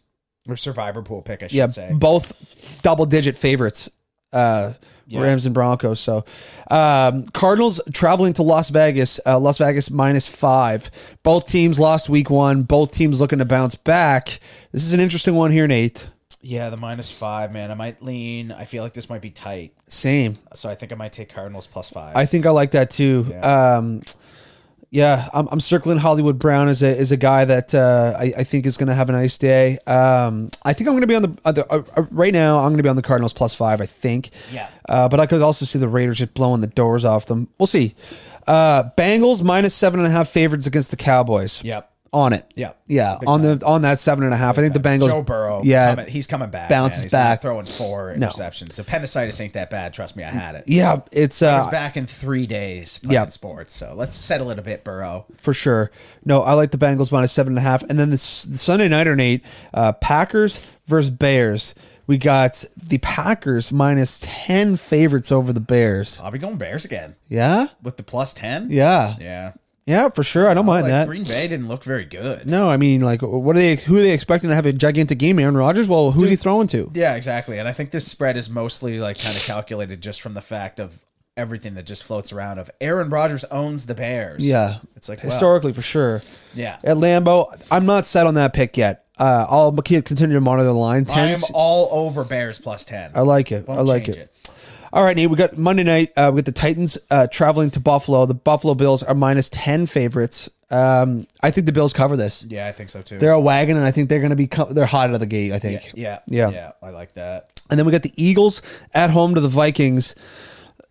Speaker 2: Or survivor pool pick, I should
Speaker 1: Yeah.
Speaker 2: say.
Speaker 1: Both double digit favorites. Uh,
Speaker 2: Yeah.
Speaker 1: Rams and Broncos. So, um, Cardinals traveling to Las Vegas. Uh, Las Vegas minus five. Both teams lost week one. Both teams looking to bounce back. This is an interesting one here, Nate.
Speaker 2: Yeah, the minus five, man. I might lean. I feel like this might be tight,
Speaker 1: Same.
Speaker 2: so I think I might take Cardinals plus five.
Speaker 1: I think I like that too. Yeah. Um, yeah, I'm, I'm circling Hollywood Brown as a is a guy that uh, I, I think is going to have a nice day. Um, I think I'm going to be on the, uh, the uh, uh, right now. I'm going to be on the Cardinals plus five. I think.
Speaker 2: Yeah.
Speaker 1: Uh, but I could also see the Raiders just blowing the doors off them. We'll see. Uh, Bengals minus seven and a half favorites against the Cowboys.
Speaker 2: yep.
Speaker 1: On it.
Speaker 2: Yep.
Speaker 1: Yeah. on the on that seven and a half. I think the Bengals.
Speaker 2: Joe Burrow.
Speaker 1: Yeah.
Speaker 2: coming- he's coming back.
Speaker 1: Bounces
Speaker 2: man. He's not
Speaker 1: back.
Speaker 2: Throwing four interceptions. Appendicitis ain't that bad. Trust me, I had it.
Speaker 1: Yeah. It's
Speaker 2: I was
Speaker 1: uh,
Speaker 2: back in three days playing
Speaker 1: Yeah.
Speaker 2: sports. So let's settle it a bit, Burrow.
Speaker 1: for sure. No, I like the Bengals minus seven and a half. And then this the Sunday night or Nate, uh, Packers versus Bears. We got the Packers minus ten favorites over the Bears.
Speaker 2: I'll be going Bears again
Speaker 1: Yeah,
Speaker 2: with the plus ten.
Speaker 1: yeah,
Speaker 2: yeah.
Speaker 1: yeah, for sure. I don't mind
Speaker 2: Like,
Speaker 1: that.
Speaker 2: Green Bay didn't look very good.
Speaker 1: No, I mean, like, what are they? Who are they expecting to have a gigantic game? Aaron Rodgers. Well, who's he throwing to?
Speaker 2: Yeah, exactly. And I think this spread is mostly like kind of calculated just from the fact of everything that just floats around of Aaron Rodgers owns the Bears.
Speaker 1: Yeah,
Speaker 2: It's like, wow.
Speaker 1: historically for sure.
Speaker 2: Yeah.
Speaker 1: At Lambeau, I'm not set on that pick yet. Uh, I'll continue to monitor the line.
Speaker 2: I
Speaker 1: Ten.
Speaker 2: am all over Bears plus ten.
Speaker 1: I like it. I like it. All right, Nate. We got Monday night. Uh, we got the Titans uh, traveling to Buffalo. The Buffalo Bills are minus ten favorites. Um, I think the Bills cover this.
Speaker 2: Yeah, I think so too.
Speaker 1: They're a wagon, and I think they're going to be co- they're hot out of the gate. I think.
Speaker 2: yeah,
Speaker 1: Yeah.
Speaker 2: yeah. I like that.
Speaker 1: And then we got the Eagles at home to the Vikings.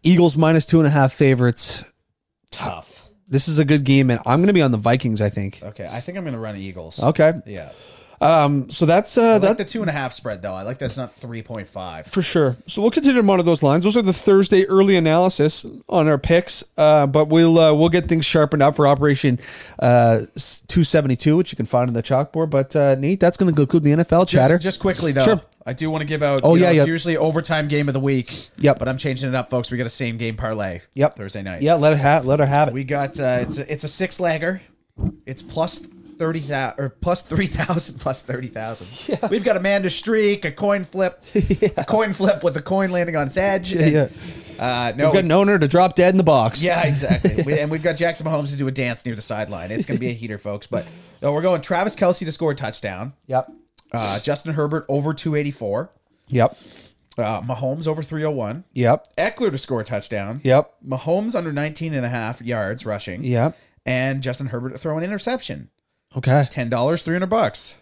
Speaker 1: Eagles minus two and a half favorites.
Speaker 2: Tough.
Speaker 1: This is a good game, and I'm going to be on the Vikings. I think.
Speaker 2: Okay, I think I'm gonna run Eagles.
Speaker 1: Okay,
Speaker 2: Yeah,
Speaker 1: so that's uh,
Speaker 2: I like
Speaker 1: that
Speaker 2: the two and a half spread though. I like that's not three point five.
Speaker 1: for sure. So we'll continue to monitor those lines. Those are the Thursday early analysis on our picks, uh, but we'll uh, we'll get things sharpened up for Operation uh, 272, which you can find on the chalkboard. But uh, Nate, that's going to conclude the NFL chatter.
Speaker 2: Just, just quickly though,
Speaker 1: Sure.
Speaker 2: I do want to give out.
Speaker 1: Oh,
Speaker 2: you know,
Speaker 1: yeah,
Speaker 2: it's
Speaker 1: yeah.
Speaker 2: Usually overtime game of the week.
Speaker 1: Yep.
Speaker 2: But I'm changing it up, folks. We got a same game parlay.
Speaker 1: Yep.
Speaker 2: Thursday night.
Speaker 1: yeah, let her have let her have it.
Speaker 2: We got uh, it's a, it's a six lagger. It's plus thirty thousand or plus three thousand plus thirty thousand. We've got Amanda Streak, a coin flip, a coin flip with the coin landing on its edge.
Speaker 1: yeah.
Speaker 2: Uh, no,
Speaker 1: We've got an owner to drop dead in the box.
Speaker 2: yeah, exactly. We, and we've got Jackson Mahomes to do a dance near the sideline. It's going to be a heater, folks. But no, we're going Travis Kelsey to score a touchdown.
Speaker 1: Yep.
Speaker 2: Uh, Justin Herbert over 284.
Speaker 1: Yep.
Speaker 2: Uh, Mahomes over 301.
Speaker 1: Yep.
Speaker 2: Eckler to score a touchdown.
Speaker 1: Yep.
Speaker 2: Mahomes under 19 and a half yards rushing.
Speaker 1: Yep.
Speaker 2: And Justin Herbert to throw an interception.
Speaker 1: Okay.
Speaker 2: $10, 300 bucks.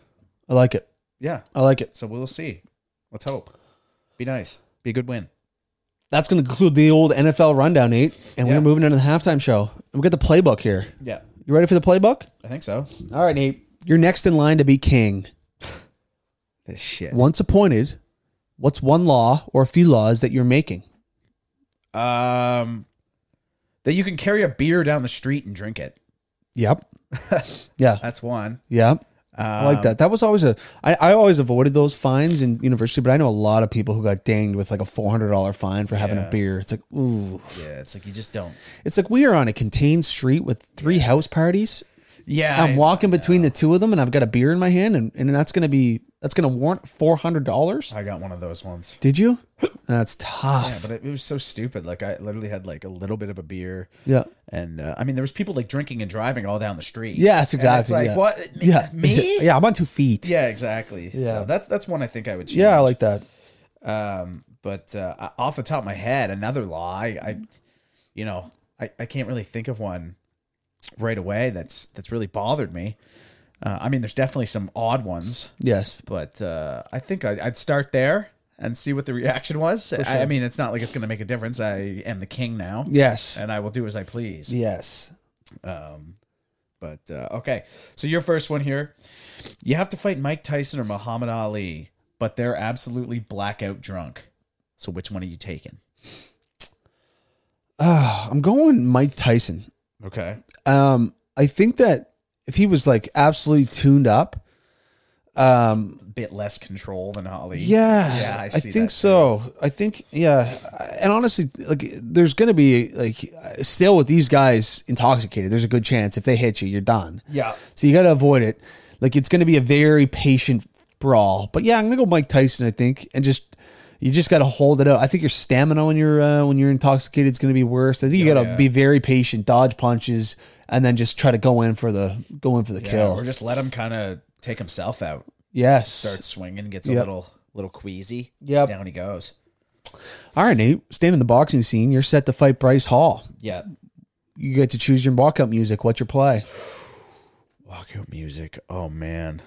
Speaker 1: I like it.
Speaker 2: Yeah.
Speaker 1: I like it.
Speaker 2: So we'll see. Let's hope. Be nice. Be a good win.
Speaker 1: That's going to conclude the old NFL rundown, Nate. And
Speaker 2: Yeah.
Speaker 1: we're moving into the halftime show. And we got the playbook here.
Speaker 2: Yeah.
Speaker 1: You ready for the playbook?
Speaker 2: I think so.
Speaker 1: All right, Nate. You're next in line to be king.
Speaker 2: This shit.
Speaker 1: Once appointed, what's one law or a few laws that you're making?
Speaker 2: Um, that you can carry a beer down the street and drink it.
Speaker 1: Yep. yeah.
Speaker 2: That's one.
Speaker 1: Yep. I like that. That was always a. I, I always avoided those fines in university, but I know a lot of people who got dinged with like a four hundred dollar fine for having a beer. It's like, ooh,
Speaker 2: Yeah, it's like you just don't.
Speaker 1: it's like we are on a contained street with three house parties.
Speaker 2: Yeah,
Speaker 1: I'm walking between the two of them, and I've got a beer in my hand, and, and that's gonna be that's gonna warrant four hundred dollars.
Speaker 2: I got one of those ones.
Speaker 1: Did you? That's
Speaker 2: Yeah,
Speaker 1: tough.
Speaker 2: but it, it was so stupid. Like I literally had like a little bit of a beer,
Speaker 1: Yeah.
Speaker 2: and uh, I mean there was people like drinking and driving all down the street.
Speaker 1: Yes,
Speaker 2: And it's
Speaker 1: exactly.
Speaker 2: like
Speaker 1: yeah.
Speaker 2: what? Me-
Speaker 1: Yeah.
Speaker 2: me?
Speaker 1: yeah, I'm on two feet. Yeah,
Speaker 2: Yeah, exactly.
Speaker 1: Yeah.
Speaker 2: so that's that's one I think I would. Change.
Speaker 1: I like that.
Speaker 2: Um, but uh, I- off the top of my head, another law. I, I you know, I, I can't really think of one right away. That's that's really bothered me. Uh, I mean, there's definitely some odd ones.
Speaker 1: Yes.
Speaker 2: but uh, I think I, I'd start there and see what the reaction was. I, I mean, it's not like it's going to make a difference. I am the king now,
Speaker 1: Yes.
Speaker 2: and I will do as I please.
Speaker 1: Yes.
Speaker 2: But uh, okay, so your first one here, you have to fight Mike Tyson or Muhammad Ali, but they're absolutely blackout drunk. So which one are you taking?
Speaker 1: I'm going Mike Tyson.
Speaker 2: Okay,
Speaker 1: Um, I think that if he was like absolutely tuned up, um,
Speaker 2: a bit less control than Ali.
Speaker 1: yeah,
Speaker 2: yeah, I,
Speaker 1: I,
Speaker 2: see
Speaker 1: think
Speaker 2: that.
Speaker 1: so. I think, yeah, and honestly, like, there's gonna be like still with these guys intoxicated. There's a good chance if they hit you, you're done.
Speaker 2: Yeah,
Speaker 1: So you got to avoid it. Like it's going to be a very patient brawl. But yeah, I'm going to go Mike Tyson. I think, and just you just got to hold it out. I think your stamina when you're uh, when you're intoxicated is going to be worse. I think you
Speaker 2: Oh,
Speaker 1: got to be very patient, dodge punches, and then just try to go in for the go in for the
Speaker 2: yeah.
Speaker 1: kill.
Speaker 2: Or just let him kind of take himself out,
Speaker 1: yes.
Speaker 2: starts swinging, gets a
Speaker 1: Yep.
Speaker 2: little little queasy.
Speaker 1: Yep.
Speaker 2: down he goes.
Speaker 1: All right, Nate. Staying in the boxing scene, you're set to fight Bryce Hall.
Speaker 2: Yeah,
Speaker 1: You get to choose your walkout music. What's your play?
Speaker 2: Walkout music. Oh man.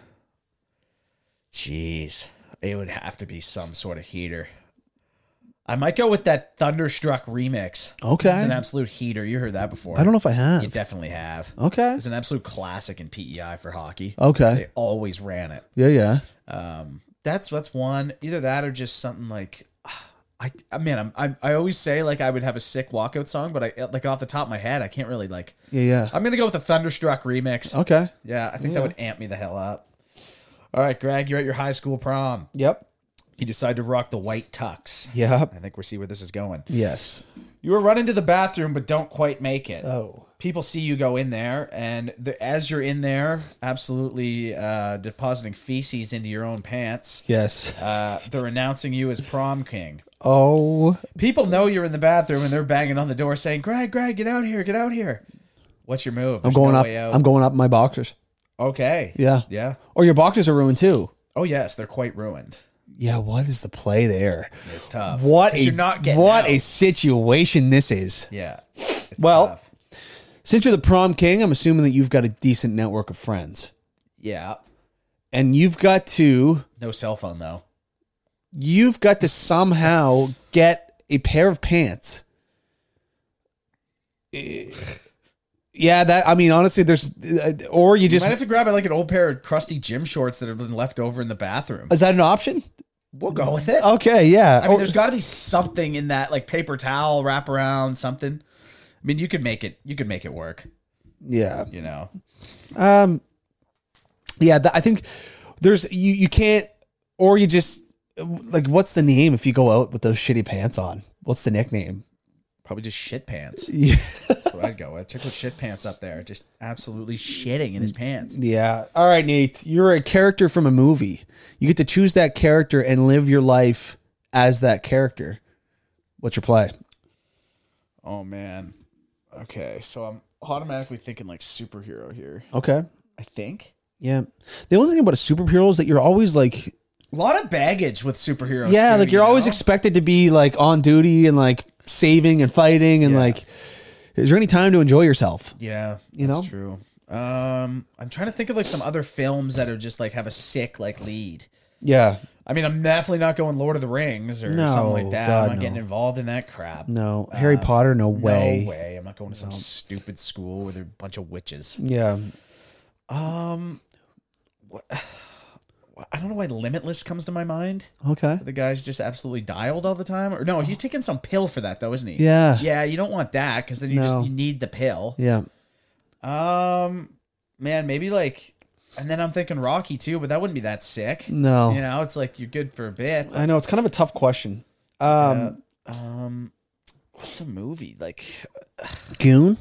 Speaker 2: Jeez. It would have to be some sort of heater. I might go with that Thunderstruck remix.
Speaker 1: Okay.
Speaker 2: It's an absolute heater. You heard that before.
Speaker 1: I don't know if I have.
Speaker 2: You definitely have.
Speaker 1: Okay.
Speaker 2: It's an absolute classic in PEI for hockey.
Speaker 1: Okay.
Speaker 2: They always ran it.
Speaker 1: Yeah. Yeah.
Speaker 2: Um, that's that's one. Either that or just something like I, I mean, I'm, I'm I always say like I would have a sick walkout song, but I like off the top of my head, I can't really like.
Speaker 1: Yeah. Oh,
Speaker 2: I'm gonna go with the Thunderstruck remix.
Speaker 1: Yeah. Okay.
Speaker 2: Yeah, I think that would amp me the hell up. All right, Greg, you're at your high school prom.
Speaker 1: Yep.
Speaker 2: You decide to rock the white tux.
Speaker 1: Yep.
Speaker 2: I think we see where this is going.
Speaker 1: Yes.
Speaker 2: You were running to the bathroom, but don't quite make it.
Speaker 1: Oh.
Speaker 2: People see you go in there, and the, as you're in there, absolutely uh, depositing feces into your own pants,
Speaker 1: Yes.
Speaker 2: uh, they're announcing you as prom king.
Speaker 1: Oh.
Speaker 2: People know you're in the bathroom, and they're banging on the door saying, "Greg, Greg, get out here, get out here." What's your move?
Speaker 1: I'm going up. I'm going up in my boxers.
Speaker 2: okay.
Speaker 1: Yeah.
Speaker 2: Yeah.
Speaker 1: Or your boxers are ruined too.
Speaker 2: Oh yes, they're quite ruined.
Speaker 1: Yeah. What is the play there?
Speaker 2: It's tough.
Speaker 1: What
Speaker 2: 'Cause
Speaker 1: a
Speaker 2: you're not getting
Speaker 1: what
Speaker 2: out.
Speaker 1: a situation this is.
Speaker 2: yeah. It's
Speaker 1: Well-
Speaker 2: tough.
Speaker 1: Since you're the prom king, I'm assuming that you've got a decent network of friends,
Speaker 2: yeah.
Speaker 1: and you've got to
Speaker 2: No cell phone though.
Speaker 1: you've got to somehow get a pair of pants Eh, yeah, that I mean, honestly, there's uh, or you
Speaker 2: You
Speaker 1: just
Speaker 2: might have to grab it like an old pair of crusty gym shorts that have been left over in the bathroom.
Speaker 1: is that an option?
Speaker 2: We'll go with it.
Speaker 1: Okay, yeah.
Speaker 2: I mean, there's got to be something in that, like paper towel wrap around something. I mean, you could make it. You could make it work.
Speaker 1: yeah.
Speaker 2: You know,
Speaker 1: Um, yeah, th- I think there's you you can't or you just like what's the name if you go out with those shitty pants on? What's the nickname?
Speaker 2: probably just shit pants.
Speaker 1: Yeah,
Speaker 2: That's what I'd go with. Check with shit pants up there, just absolutely shitting in his pants.
Speaker 1: yeah. All right, Nate, you're a character from a movie. You get to choose that character and live your life as that character. What's your play?
Speaker 2: Oh man. Okay, so I'm automatically thinking like superhero here.
Speaker 1: Okay.
Speaker 2: I think
Speaker 1: Yeah. The only thing about a superhero is that you're always like
Speaker 2: a lot of baggage with superheroes.
Speaker 1: yeah,
Speaker 2: too,
Speaker 1: like you're
Speaker 2: you
Speaker 1: always
Speaker 2: know?
Speaker 1: expected to be like on duty and like saving and fighting and like is there any time to enjoy yourself?
Speaker 2: Yeah,
Speaker 1: You
Speaker 2: that's
Speaker 1: know?
Speaker 2: true. Um, I'm trying to think of like some other films that are just like have a sick like lead.
Speaker 1: Yeah.
Speaker 2: I mean, I'm definitely not going Lord of the Rings or
Speaker 1: No,
Speaker 2: something like that.
Speaker 1: God,
Speaker 2: I'm not
Speaker 1: no.
Speaker 2: getting involved in that crap.
Speaker 1: No, Harry Potter, Uh, no way.
Speaker 2: No way. I'm not going to some stupid school where there are a bunch of witches.
Speaker 1: Yeah,
Speaker 2: Um, what, I don't know why Limitless comes to my mind.
Speaker 1: okay.
Speaker 2: The guy's just absolutely dialed all the time. Or no, he's taking some pill for that though, isn't he?
Speaker 1: Oh. Yeah.
Speaker 2: Yeah, you don't want that because then you
Speaker 1: No.
Speaker 2: just you need the pill.
Speaker 1: Yeah,
Speaker 2: Um, man, maybe like, and then I'm thinking Rocky too, but that wouldn't be that sick.
Speaker 1: No.
Speaker 2: you know, it's like you're good for a bit.
Speaker 1: I know it's kind of a tough question. Um,
Speaker 2: Um, what's a movie like?
Speaker 1: Goon,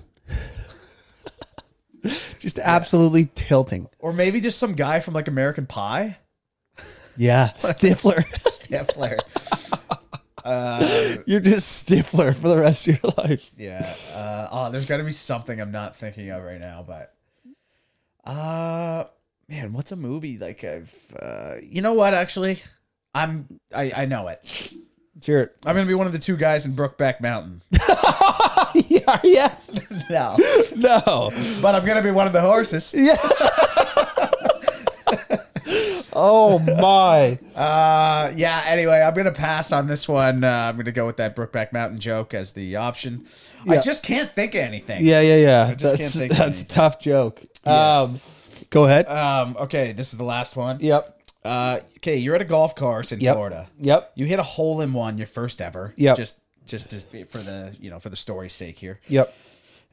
Speaker 1: just absolutely tilting.
Speaker 2: Or maybe just some guy from like American Pie,
Speaker 1: Yeah, Stifler.
Speaker 2: Stifler. uh,
Speaker 1: You're just Stifler for the rest of your life.
Speaker 2: yeah. Uh, oh, there's got to be something I'm not thinking of right now, but uh, man, what's a movie like? I've, uh, you know what? Actually, I'm. I I know it.
Speaker 1: Cheer
Speaker 2: I'm gonna be one of the two guys in Brookback Mountain.
Speaker 1: it. yeah, yeah.
Speaker 2: no.
Speaker 1: No.
Speaker 2: But I'm gonna be one of the horses.
Speaker 1: Yeah. oh my.
Speaker 2: Uh, yeah. Anyway, I'm gonna pass on this one. Uh, I'm gonna go with that Brookback Mountain joke as the option. I
Speaker 1: Yeah.
Speaker 2: just can't think of anything.
Speaker 1: Yeah, yeah, yeah.
Speaker 2: just can't
Speaker 1: That's
Speaker 2: think of
Speaker 1: that's
Speaker 2: anything.
Speaker 1: tough joke. Um, go ahead.
Speaker 2: Um. Okay. This is the last one.
Speaker 1: yep.
Speaker 2: Uh. Okay. You're at a golf course in
Speaker 1: Yep.
Speaker 2: Florida.
Speaker 1: Yep.
Speaker 2: You hit a hole in one, your first ever.
Speaker 1: Yep.
Speaker 2: Just just to, be- for the you know for the story's sake here.
Speaker 1: Yep.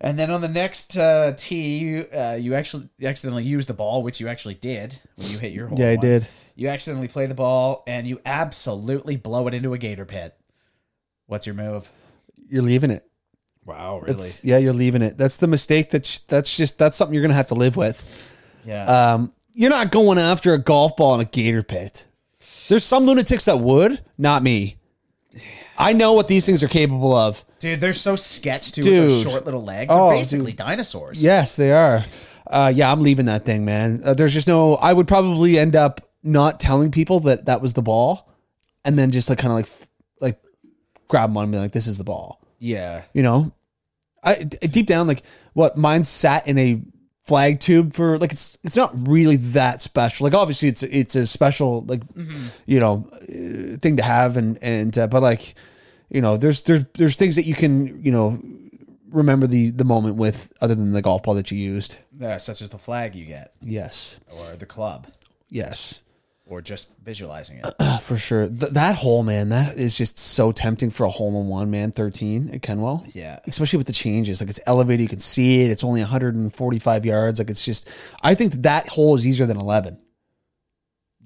Speaker 2: And then on the next uh, tee, you, uh, you actually you accidentally use the ball, which you actually did when you hit your hole.
Speaker 1: Yeah, I
Speaker 2: in one.
Speaker 1: did.
Speaker 2: You accidentally play the ball and you absolutely blow it into a gator pit. What's your move?
Speaker 1: You're leaving it.
Speaker 2: Wow, really?
Speaker 1: It's, yeah, you're leaving it. That's the mistake. That's that's just that's something you're gonna have to live with.
Speaker 2: yeah.
Speaker 1: Um, you're not going after a golf ball in a gator pit. There's some lunatics that would, not me. I know what these things are capable of.
Speaker 2: dude, they're so sketched too with
Speaker 1: Dude.
Speaker 2: those short little legs. They're
Speaker 1: Oh,
Speaker 2: basically dinosaurs.
Speaker 1: Yes, they are. Uh, yeah, I'm leaving that thing, man. Uh, there's just no. I would probably end up not telling people that that was the ball, and then just like kind of like like grab them on me like this is the ball.
Speaker 2: Yeah.
Speaker 1: you know i d- deep down like what mine sat in a flag tube for like it's it's not really that special like obviously it's it's a special like you know uh, thing to have and and uh, but like you know there's there's there's things that you can you know remember the the moment with other than the golf ball that you used
Speaker 2: Yeah, Uh, such as the flag you get,
Speaker 1: yes
Speaker 2: or the club,
Speaker 1: yes
Speaker 2: or just visualizing it.
Speaker 1: Uh, for sure Th- that hole man that is just so tempting for a hole in one man 13 at kenwell
Speaker 2: yeah.
Speaker 1: especially with the changes. Like it's elevated, you can see it. It's only 145 yards. Like it's just, I think that hole is easier than 11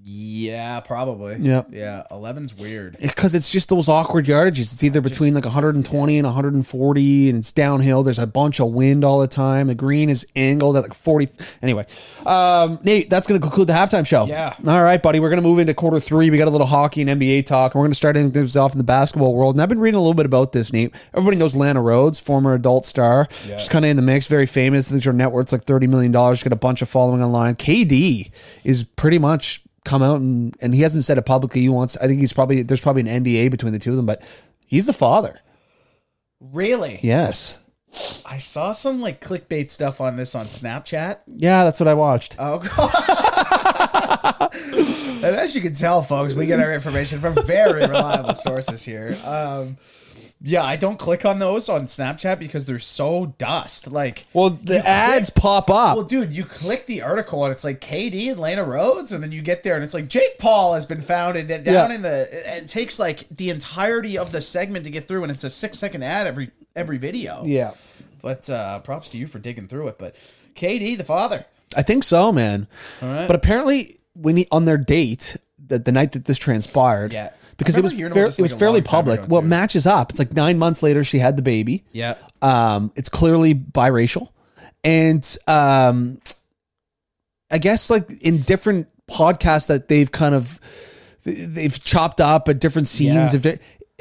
Speaker 2: Yeah, probably.
Speaker 1: Yep.
Speaker 2: Yeah. Eleven's weird.
Speaker 1: because it's just those awkward yardages. It's either between like 120 and 140, and it's downhill. There's a bunch of wind all the time. The green is angled at like 40. Anyway, um, Nate, that's going to conclude the halftime show.
Speaker 2: Yeah.
Speaker 1: All right, buddy. We're going to move into quarter three. We got a little hockey and NBA talk. And we're going to start things off in the basketball world. And I've been reading a little bit about this, Nate. Everybody knows Lana Rhodes, former adult star. She's kind of in the mix, very famous. I think her net worth's like $30 million. She's got a bunch of following online. KD is pretty much come out and, and he hasn't said it publicly. He wants, I think he's probably, there's probably an NDA between the two of them, but he's the father.
Speaker 2: Really?
Speaker 1: Yes.
Speaker 2: I saw some like clickbait stuff on this on Snapchat.
Speaker 1: Yeah, that's what I watched.
Speaker 2: Oh god. and as you can tell, folks, we get our information from very reliable sources here. Um, yeah, I don't click on those on Snapchat because they're so dust. Like,
Speaker 1: Well, the ads pop up.
Speaker 2: well, dude, you click the article and it's like KD and Lana Rhodes, and then you get there and it's like Jake Paul has been found and down
Speaker 1: Yeah.
Speaker 2: in the. and It takes like the entirety of the segment to get through, and it's a six second ad every every video.
Speaker 1: yeah.
Speaker 2: But uh, props to you for digging through it. But KD, the father.
Speaker 1: I think so, man. But apparently, when he, on their date, the, the night that this transpired,
Speaker 2: Yeah.
Speaker 1: because
Speaker 2: I
Speaker 1: it was
Speaker 2: remember hearing
Speaker 1: fair,
Speaker 2: about this,
Speaker 1: it was
Speaker 2: like, a
Speaker 1: fairly
Speaker 2: long time
Speaker 1: public.
Speaker 2: ago,
Speaker 1: Well, it
Speaker 2: too.
Speaker 1: matches up. It's like nine months later, she had the baby.
Speaker 2: Yeah.
Speaker 1: Um, it's clearly biracial, and um, I guess like in different podcasts that they've kind of they've chopped up at different scenes
Speaker 2: Yeah.
Speaker 1: of di-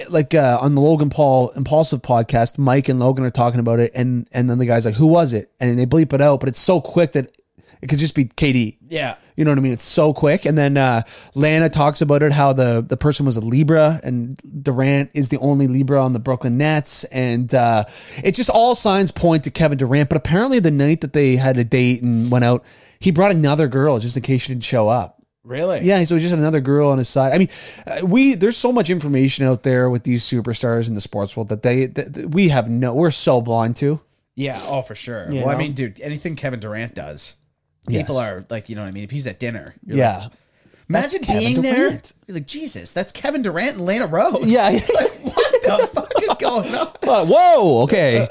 Speaker 1: like uh, on the Logan Paul Impulsive podcast, Mike and Logan are talking about it, and and then the guy's like, "Who was it?" and they bleep it out, but it's so quick that it could just be KD.
Speaker 2: Yeah.
Speaker 1: You know what I mean? It's so quick. And then uh, Lana talks about it how the, the person was a Libra and Durant is the only Libra on the Brooklyn Nets. And uh, it's just all signs point to Kevin Durant. But apparently, the night that they had a date and went out, he brought another girl just in case she didn't show up.
Speaker 2: Really?
Speaker 1: Yeah, so just another girl on his side. I mean, uh, we there's so much information out there with these superstars in the sports world that they that that we have no we're so blind to.
Speaker 2: Yeah, oh for sure.
Speaker 1: You
Speaker 2: well, I
Speaker 1: know?
Speaker 2: mean, dude, anything Kevin Durant does, people
Speaker 1: Yes.
Speaker 2: are like, you know what I mean? If he's at dinner, you're like,
Speaker 1: Yeah.
Speaker 2: imagine
Speaker 1: That's Kevin
Speaker 2: being there.
Speaker 1: Durant.
Speaker 2: You're like, Jesus, that's Kevin Durant and Lana Rhodes.
Speaker 1: Yeah.
Speaker 2: what the fuck is going on?
Speaker 1: But whoa, okay,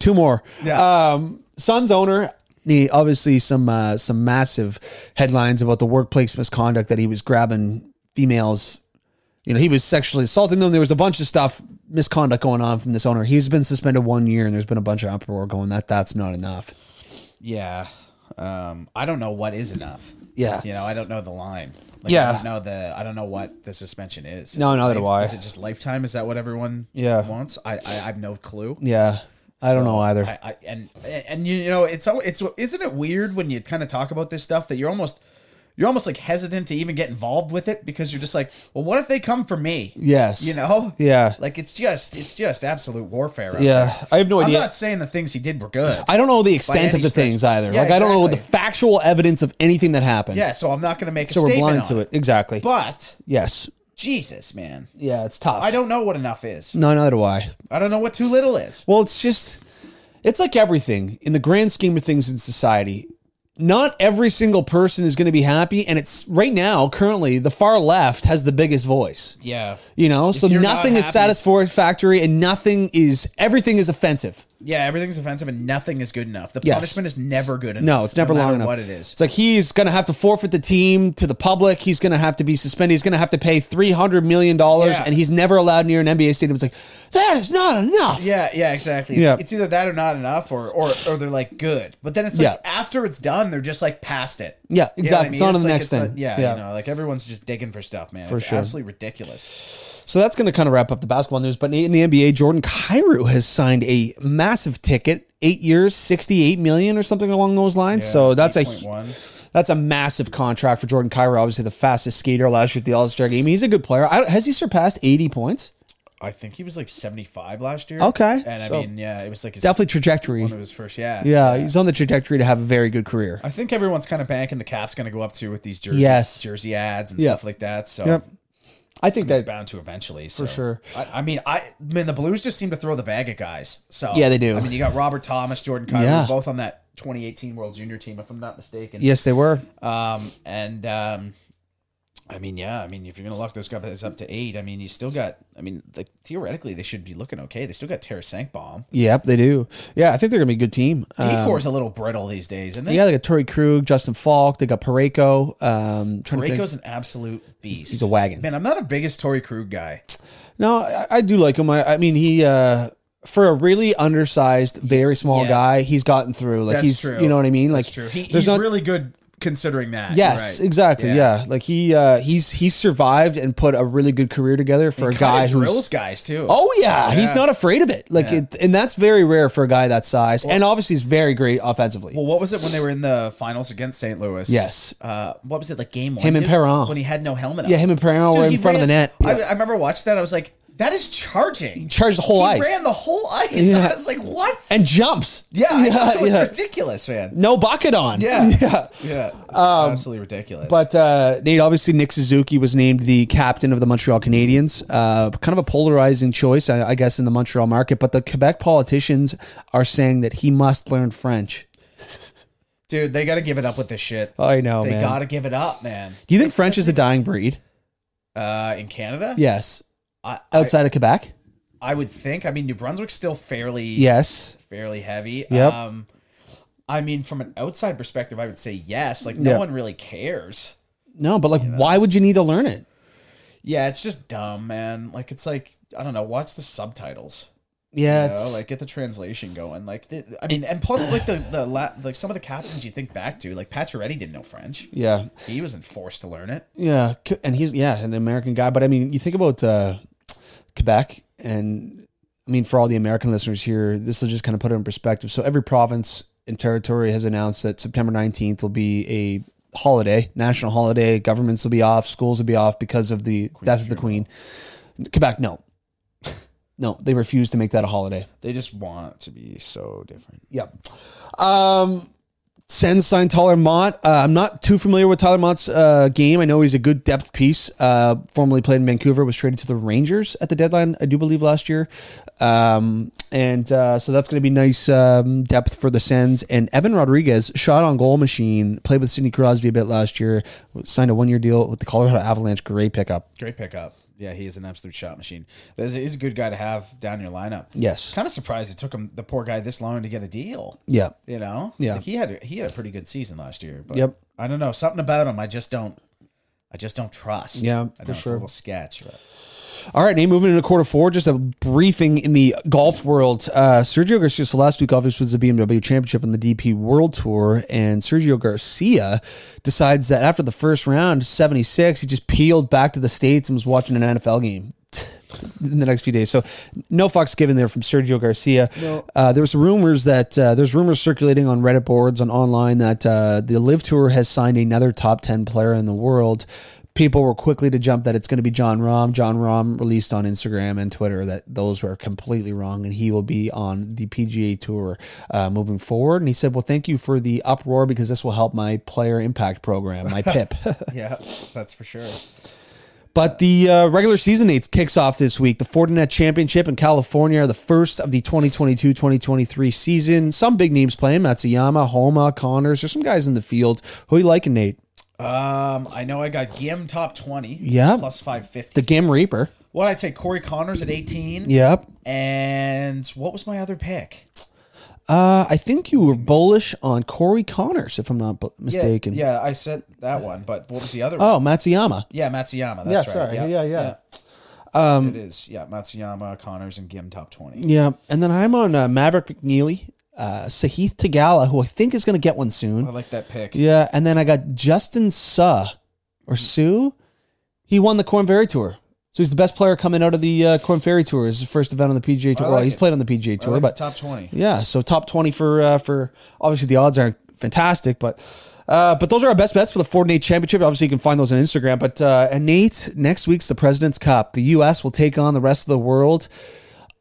Speaker 1: two more.
Speaker 2: Yeah.
Speaker 1: Um, Suns owner. He obviously some uh, some massive headlines about the workplace misconduct that he was grabbing females. You know, he was sexually assaulting them. There was a bunch of stuff misconduct going on from this owner. He's been suspended one year, and there's been a bunch of uproar going that that's not enough.
Speaker 2: Yeah. Um, I don't know what is enough.
Speaker 1: Yeah.
Speaker 2: You know, I don't know the line. Like,
Speaker 1: Yeah.
Speaker 2: I don't know the I don't know what the suspension is. Is
Speaker 1: No,
Speaker 2: it
Speaker 1: neither do I.
Speaker 2: Is it just lifetime? Is that what everyone
Speaker 1: Yeah.
Speaker 2: wants? I, I I have no clue.
Speaker 1: Yeah, I don't know either.
Speaker 2: I, I and and you know it's al- it's isn't it weird when you kind of talk about this stuff that you're almost you're almost like hesitant to even get involved with it because you're just like, well, what if they come for me?
Speaker 1: yes,
Speaker 2: You know?
Speaker 1: Yeah.
Speaker 2: Like it's just it's just absolute warfare. out there.
Speaker 1: yeah, I have no
Speaker 2: I'm
Speaker 1: idea.
Speaker 2: not saying the things he did were good.
Speaker 1: I don't know the extent
Speaker 2: any
Speaker 1: of the
Speaker 2: stretch.
Speaker 1: things either.
Speaker 2: Yeah,
Speaker 1: like I don't know the
Speaker 2: exactly.
Speaker 1: factual evidence of anything that happened.
Speaker 2: yeah, so I'm not going to make a
Speaker 1: so we're
Speaker 2: statement
Speaker 1: blind
Speaker 2: on
Speaker 1: to it. Exactly.
Speaker 2: But
Speaker 1: yes.
Speaker 2: Jesus, man,
Speaker 1: Yeah, it's tough.
Speaker 2: I don't know what enough is.
Speaker 1: No, neither do I.
Speaker 2: I don't know what too little is.
Speaker 1: Well, it's just, it's like everything in the grand scheme of things in society. Not every single person is going to be happy, and it's right now, currently, the far left has the biggest voice.
Speaker 2: Yeah,
Speaker 1: You know, so
Speaker 2: you're not
Speaker 1: nothing is
Speaker 2: happy-
Speaker 1: satisfactory, and nothing is everything is offensive.
Speaker 2: yeah, everything's offensive and nothing is good enough. The
Speaker 1: Yes.
Speaker 2: punishment is never good enough.
Speaker 1: No, it's never long
Speaker 2: matter
Speaker 1: enough.
Speaker 2: What it is,
Speaker 1: It's like he's going to have to forfeit the team to the public. He's going to have to be suspended. He's going to have to pay three hundred million dollars,
Speaker 2: Yeah.
Speaker 1: and he's never allowed near an NBA stadium. It's like that is not enough.
Speaker 2: Yeah, yeah, exactly.
Speaker 1: Yeah.
Speaker 2: It's, it's either that or not enough, or or or they're like good, but then it's like
Speaker 1: Yeah.
Speaker 2: after it's done, they're just like past it.
Speaker 1: Yeah,
Speaker 2: You know
Speaker 1: exactly.
Speaker 2: what
Speaker 1: It's on to the
Speaker 2: like-
Speaker 1: next
Speaker 2: like-
Speaker 1: thing.
Speaker 2: yeah,
Speaker 1: Yeah.
Speaker 2: you know, like everyone's just digging for stuff, man. it's
Speaker 1: sure.
Speaker 2: absolutely ridiculous.
Speaker 1: So that's going to kind of wrap up the basketball news. But in the NBA, Jordan Cairo has signed a massive ticket, eight years, sixty-eight million or something along those lines. so that's a
Speaker 2: One.
Speaker 1: that's a massive contract for Jordan Cairo. Obviously, the fastest skater last year at the All Star game. He's a good player. I, has he surpassed eighty points?
Speaker 2: I think he was like seventy five last year.
Speaker 1: Okay,
Speaker 2: and I
Speaker 1: so-
Speaker 2: mean, yeah, it was like his,
Speaker 1: Definitely
Speaker 2: one of
Speaker 1: trajectory.
Speaker 2: his first. Yeah,
Speaker 1: Yeah, he's on the trajectory to have a very good career.
Speaker 2: I think everyone's kind of banking the cap's going to go up to with these jerseys,
Speaker 1: Yes.
Speaker 2: jersey ads and
Speaker 1: Yeah.
Speaker 2: stuff like that. So
Speaker 1: Yep. I think
Speaker 2: it's
Speaker 1: that.
Speaker 2: bound to eventually. So.
Speaker 1: sure.
Speaker 2: I, I mean, I man, the Blues just seem to throw the bag at guys. So
Speaker 1: Yeah, they do.
Speaker 2: I mean, you got Robert Thomas, Jordan Kyrie,
Speaker 1: Yeah.
Speaker 2: both on that 2018 World Junior team, if I'm not mistaken.
Speaker 1: Yes, they were.
Speaker 2: Um, and um, I mean, yeah, I mean, if you're gonna lock those guys up to eight, I mean, you still got. I mean, like theoretically, they should be looking okay. They still got Tarasenko bomb.
Speaker 1: Yep, they do. Yeah, I think they're going to be a good team. Um,
Speaker 2: Decor's a little brittle these days, and
Speaker 1: yeah, they got Torrey Krug, Justin Falk. They got Pareko. Um, trying to think.
Speaker 2: Reiko's an absolute beast.
Speaker 1: he's a wagon.
Speaker 2: Man, I'm not a biggest Tory Krug guy.
Speaker 1: No, I, I do like him. I, I mean, he uh, for a really undersized, very small
Speaker 2: Yeah.
Speaker 1: guy, he's gotten through. Like
Speaker 2: That's
Speaker 1: he's,
Speaker 2: true.
Speaker 1: you know what I mean? Like
Speaker 2: That's true. He,
Speaker 1: there's
Speaker 2: he's
Speaker 1: not-
Speaker 2: really good considering that.
Speaker 1: Yes,
Speaker 2: You're right.
Speaker 1: exactly. Yeah. like he uh, he's he's survived and put a really good career together for a guy
Speaker 2: Kinda drills
Speaker 1: who's.
Speaker 2: guys too.
Speaker 1: Oh yeah, he's
Speaker 2: Yeah.
Speaker 1: not afraid of it. Like, it, and that's very rare for a guy that size. and obviously, he's very great offensively.
Speaker 2: Well, what was it when they were in the finals against St. Louis?
Speaker 1: Yes.
Speaker 2: Uh, what was it like game one?
Speaker 1: Him and
Speaker 2: dude?
Speaker 1: Perron.
Speaker 2: when he had no helmet.
Speaker 1: yeah,
Speaker 2: on?
Speaker 1: him and Perron were
Speaker 2: Dude,
Speaker 1: in
Speaker 2: he
Speaker 1: front of the
Speaker 2: ran-
Speaker 1: net.
Speaker 2: I, I remember watching that. I was like, That is charging.
Speaker 1: Charge the whole
Speaker 2: he
Speaker 1: ice
Speaker 2: ran the whole ice.
Speaker 1: Yeah.
Speaker 2: I was like, what?
Speaker 1: and jumps.
Speaker 2: yeah, I know, it was
Speaker 1: yeah.
Speaker 2: ridiculous, man.
Speaker 1: No bucket on.
Speaker 2: Yeah.
Speaker 1: yeah.
Speaker 2: Yeah, it's absolutely ridiculous.
Speaker 1: Um, But uh, Nate, obviously, Nick Suzuki was named the captain of the Montreal Canadiens. Uh, kind of a polarizing choice, I, I guess, in the Montreal market. But the Quebec politicians are saying that he must learn French.
Speaker 2: dude, they got to give it up with this shit.
Speaker 1: I know,
Speaker 2: they
Speaker 1: man.
Speaker 2: got to give it up, man.
Speaker 1: Do you think French is a dying breed?
Speaker 2: Uh, in Canada,
Speaker 1: Yes.
Speaker 2: I, I,
Speaker 1: Outside of Quebec?
Speaker 2: I would think. I mean, New Brunswick's still fairly,
Speaker 1: Yes.
Speaker 2: fairly heavy.
Speaker 1: Yep.
Speaker 2: Um, I mean, from an outside perspective, I would say yes. Like, no
Speaker 1: Yeah.
Speaker 2: one really cares.
Speaker 1: No, but like, why would you need to learn it?
Speaker 2: Yeah, it's just dumb, man. Like, it's like I don't know. Watch the subtitles.
Speaker 1: Yeah.
Speaker 2: you know,
Speaker 1: it's-
Speaker 2: like get the translation going. Like, the, I mean, and plus, like the the la- like some of the captains you think back to, like Pacioretty didn't know French.
Speaker 1: yeah.
Speaker 2: He wasn't forced to learn it.
Speaker 1: Yeah, C- and he's yeah an American guy, but I mean, you think about uh, Quebec, and I mean for all the American listeners here, this will just kind of put it in perspective. So every province and territory has announced that September nineteenth will be a holiday, national holiday. Governments will be off, schools will be off because of the death of the Queen. Quebec, no, no, they refuse to make that a holiday.
Speaker 2: They just want to be so different.
Speaker 1: Yep. Um, Sens signed Tyler Mott. Uh, I'm not too familiar with Tyler Mott's uh, game. I know he's a good depth piece. Uh, formerly played in Vancouver, was traded to the Rangers at the deadline, I do believe, last year. Um, and uh, so that's going to be nice um, depth for the Sens. And Evan Rodriguez, shot on goal machine, played with Sidney Crosby a bit last year, signed a one year deal with the Colorado Avalanche. Great pickup.
Speaker 2: Great pickup. Yeah, he is an absolute shot machine. That is- He's a good guy to have down your lineup.
Speaker 1: Yes.
Speaker 2: Kind of surprised it took him the poor guy this long to get a deal.
Speaker 1: Yeah.
Speaker 2: You know.
Speaker 1: Yeah.
Speaker 2: Like, he had a, he had a pretty good season last year. But
Speaker 1: Yep.
Speaker 2: I don't know something about him. I just don't. I just don't trust.
Speaker 1: Yeah,
Speaker 2: I know
Speaker 1: for
Speaker 2: it's a
Speaker 1: sure.
Speaker 2: little sketch. But
Speaker 1: All right, Nate, moving into quarter four, just a briefing in the golf world. Uh, Sergio Garcia, so last week, obviously, was the BMW Championship on the DP World Tour, and Sergio Garcia decides that after the first round, 76, he just peeled back to the States and was watching an NFL game in the next few days. So no fucks given there from Sergio Garcia. Uh, there was some rumors that uh, there's rumors circulating on Reddit boards on online that uh, the Live Tour has signed another top ten player in the world. People were quickly to jump that it's going to be John Rahm. John Rahm released on Instagram and Twitter that those were completely wrong, and he will be on the PGA Tour uh, moving forward. And he said, "Well, thank you for the uproar because this will help my player impact program, my PIP."
Speaker 2: yeah, that's for sure.
Speaker 1: But the uh, regular season dates kicks off this week. The Fortinet Championship in California are the first of the 2022-2023 season. Some big names playing: Matsuyama, Homa, Connors. There's some guys in the field. Who you liking, Nate?
Speaker 2: Um, I know I got Gim top twenty.
Speaker 1: Yeah.
Speaker 2: plus five fifty.
Speaker 1: The Gam Reaper.
Speaker 2: What I'd say, Corey Connors at eighteen.
Speaker 1: Yep.
Speaker 2: And what was my other pick?
Speaker 1: Uh, I think you were bullish on Corey Connors, if I'm not bu-
Speaker 2: Yeah,
Speaker 1: mistaken.
Speaker 2: yeah, I said that one. But what was the other? one?
Speaker 1: Oh, Matsuyama.
Speaker 2: yeah, Matsuyama. That's
Speaker 1: Yeah,
Speaker 2: right.
Speaker 1: sorry. Yeah,
Speaker 2: Yeah,
Speaker 1: yeah.
Speaker 2: Um, it is. Yeah, Matsuyama, Connors, and Gim top twenty.
Speaker 1: Yeah. And then I'm on uh, Maverick McNeely, uh, Sahith Tagala, who I think is going to get one soon.
Speaker 2: I like that pick.
Speaker 1: Yeah, and then I got Justin Suh or Sue. He won the Corn Ferry Tour. So he's the best player coming out of the uh, Corn Ferry Tour. It's his first event on the PGA Tour.
Speaker 2: like
Speaker 1: well, he's
Speaker 2: it.
Speaker 1: played on the PGA
Speaker 2: I
Speaker 1: Tour,
Speaker 2: like
Speaker 1: but
Speaker 2: the top twenty.
Speaker 1: yeah, so top 20 for uh, for obviously the odds aren't fantastic, but uh, but those are our best bets for the Fortnite Championship. Obviously, you can find those on Instagram. But uh, and Nate, next week's the President's Cup. The U.S. will take on the rest of the world.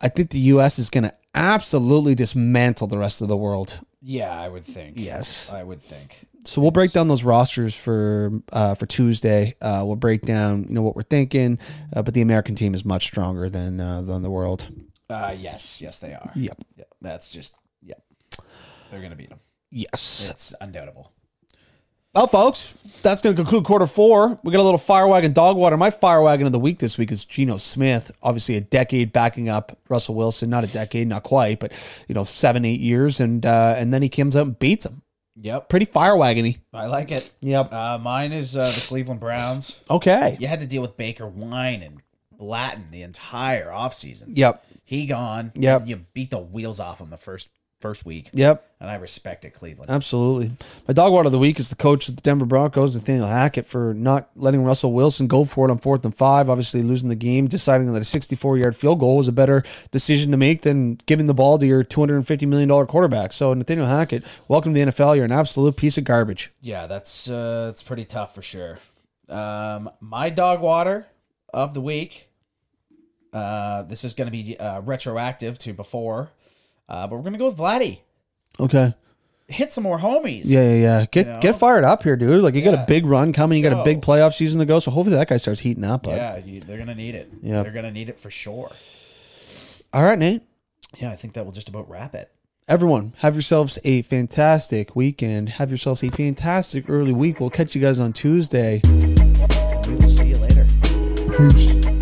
Speaker 1: I think the U.S. is going to absolutely dismantle the rest of the world.
Speaker 2: Yeah, I would think.
Speaker 1: Yes.
Speaker 2: I would think.
Speaker 1: So we'll break down those rosters for uh, for Tuesday. Uh, we'll break down you know what we're thinking, uh, but the American team is much stronger than uh, than the world.
Speaker 2: Uh, yes, yes, they are.
Speaker 1: Yep.
Speaker 2: Yeah, that's just. Yeah, they're gonna beat them.
Speaker 1: Yes.
Speaker 2: It's undoubtable.
Speaker 1: Well, folks, that's going to conclude quarter four. We got a little fire wagon dog water. My fire wagon of the week this week is Geno Smith. Obviously, a decade backing up Russell Wilson. Not a decade, not quite, but you know, seven eight years, and uh, and then he comes out and beats him.
Speaker 2: Yep,
Speaker 1: Pretty fire wagony.
Speaker 2: I like it.
Speaker 1: Yep.
Speaker 2: Uh, mine is uh, the Cleveland Browns.
Speaker 1: Okay.
Speaker 2: You had to deal with Baker Wine and Blatton the entire offseason.
Speaker 1: Yep.
Speaker 2: He gone.
Speaker 1: Yep.
Speaker 2: You beat the wheels off him the first first week.
Speaker 1: Yep.
Speaker 2: And I respect it, Cleveland.
Speaker 1: Absolutely. My dog water of the week is the coach of the Denver Broncos, Nathaniel Hackett, for not letting Russell Wilson go for it on fourth and five, obviously losing the game, deciding that a 64 yard field goal was a better decision to make than giving the ball to your $250 million quarterback. So, Nathaniel Hackett, welcome to the NFL. You're an absolute piece of garbage.
Speaker 2: yeah, that's uh it's pretty tough for sure. Um my dog water of the week Uh, this is going to be uh, retroactive to before, uh, but we're going to go with Vladdy.
Speaker 1: Okay.
Speaker 2: Hit some more homies.
Speaker 1: Yeah, yeah, yeah. Get
Speaker 2: know?
Speaker 1: get fired up here, dude. Like you got a
Speaker 2: Yeah.
Speaker 1: big run coming. you got a
Speaker 2: go.
Speaker 1: big playoff season to go. So hopefully that guy starts heating up. bud.
Speaker 2: Yeah, you, they're going to need it.
Speaker 1: Yeah.
Speaker 2: They're going to need it for sure.
Speaker 1: All right, Nate.
Speaker 2: Yeah, I think that will just about wrap it.
Speaker 1: Everyone, have yourselves a fantastic weekend. Have yourselves a fantastic early week. We'll catch you guys on Tuesday.
Speaker 2: We will see you later.
Speaker 1: Peace.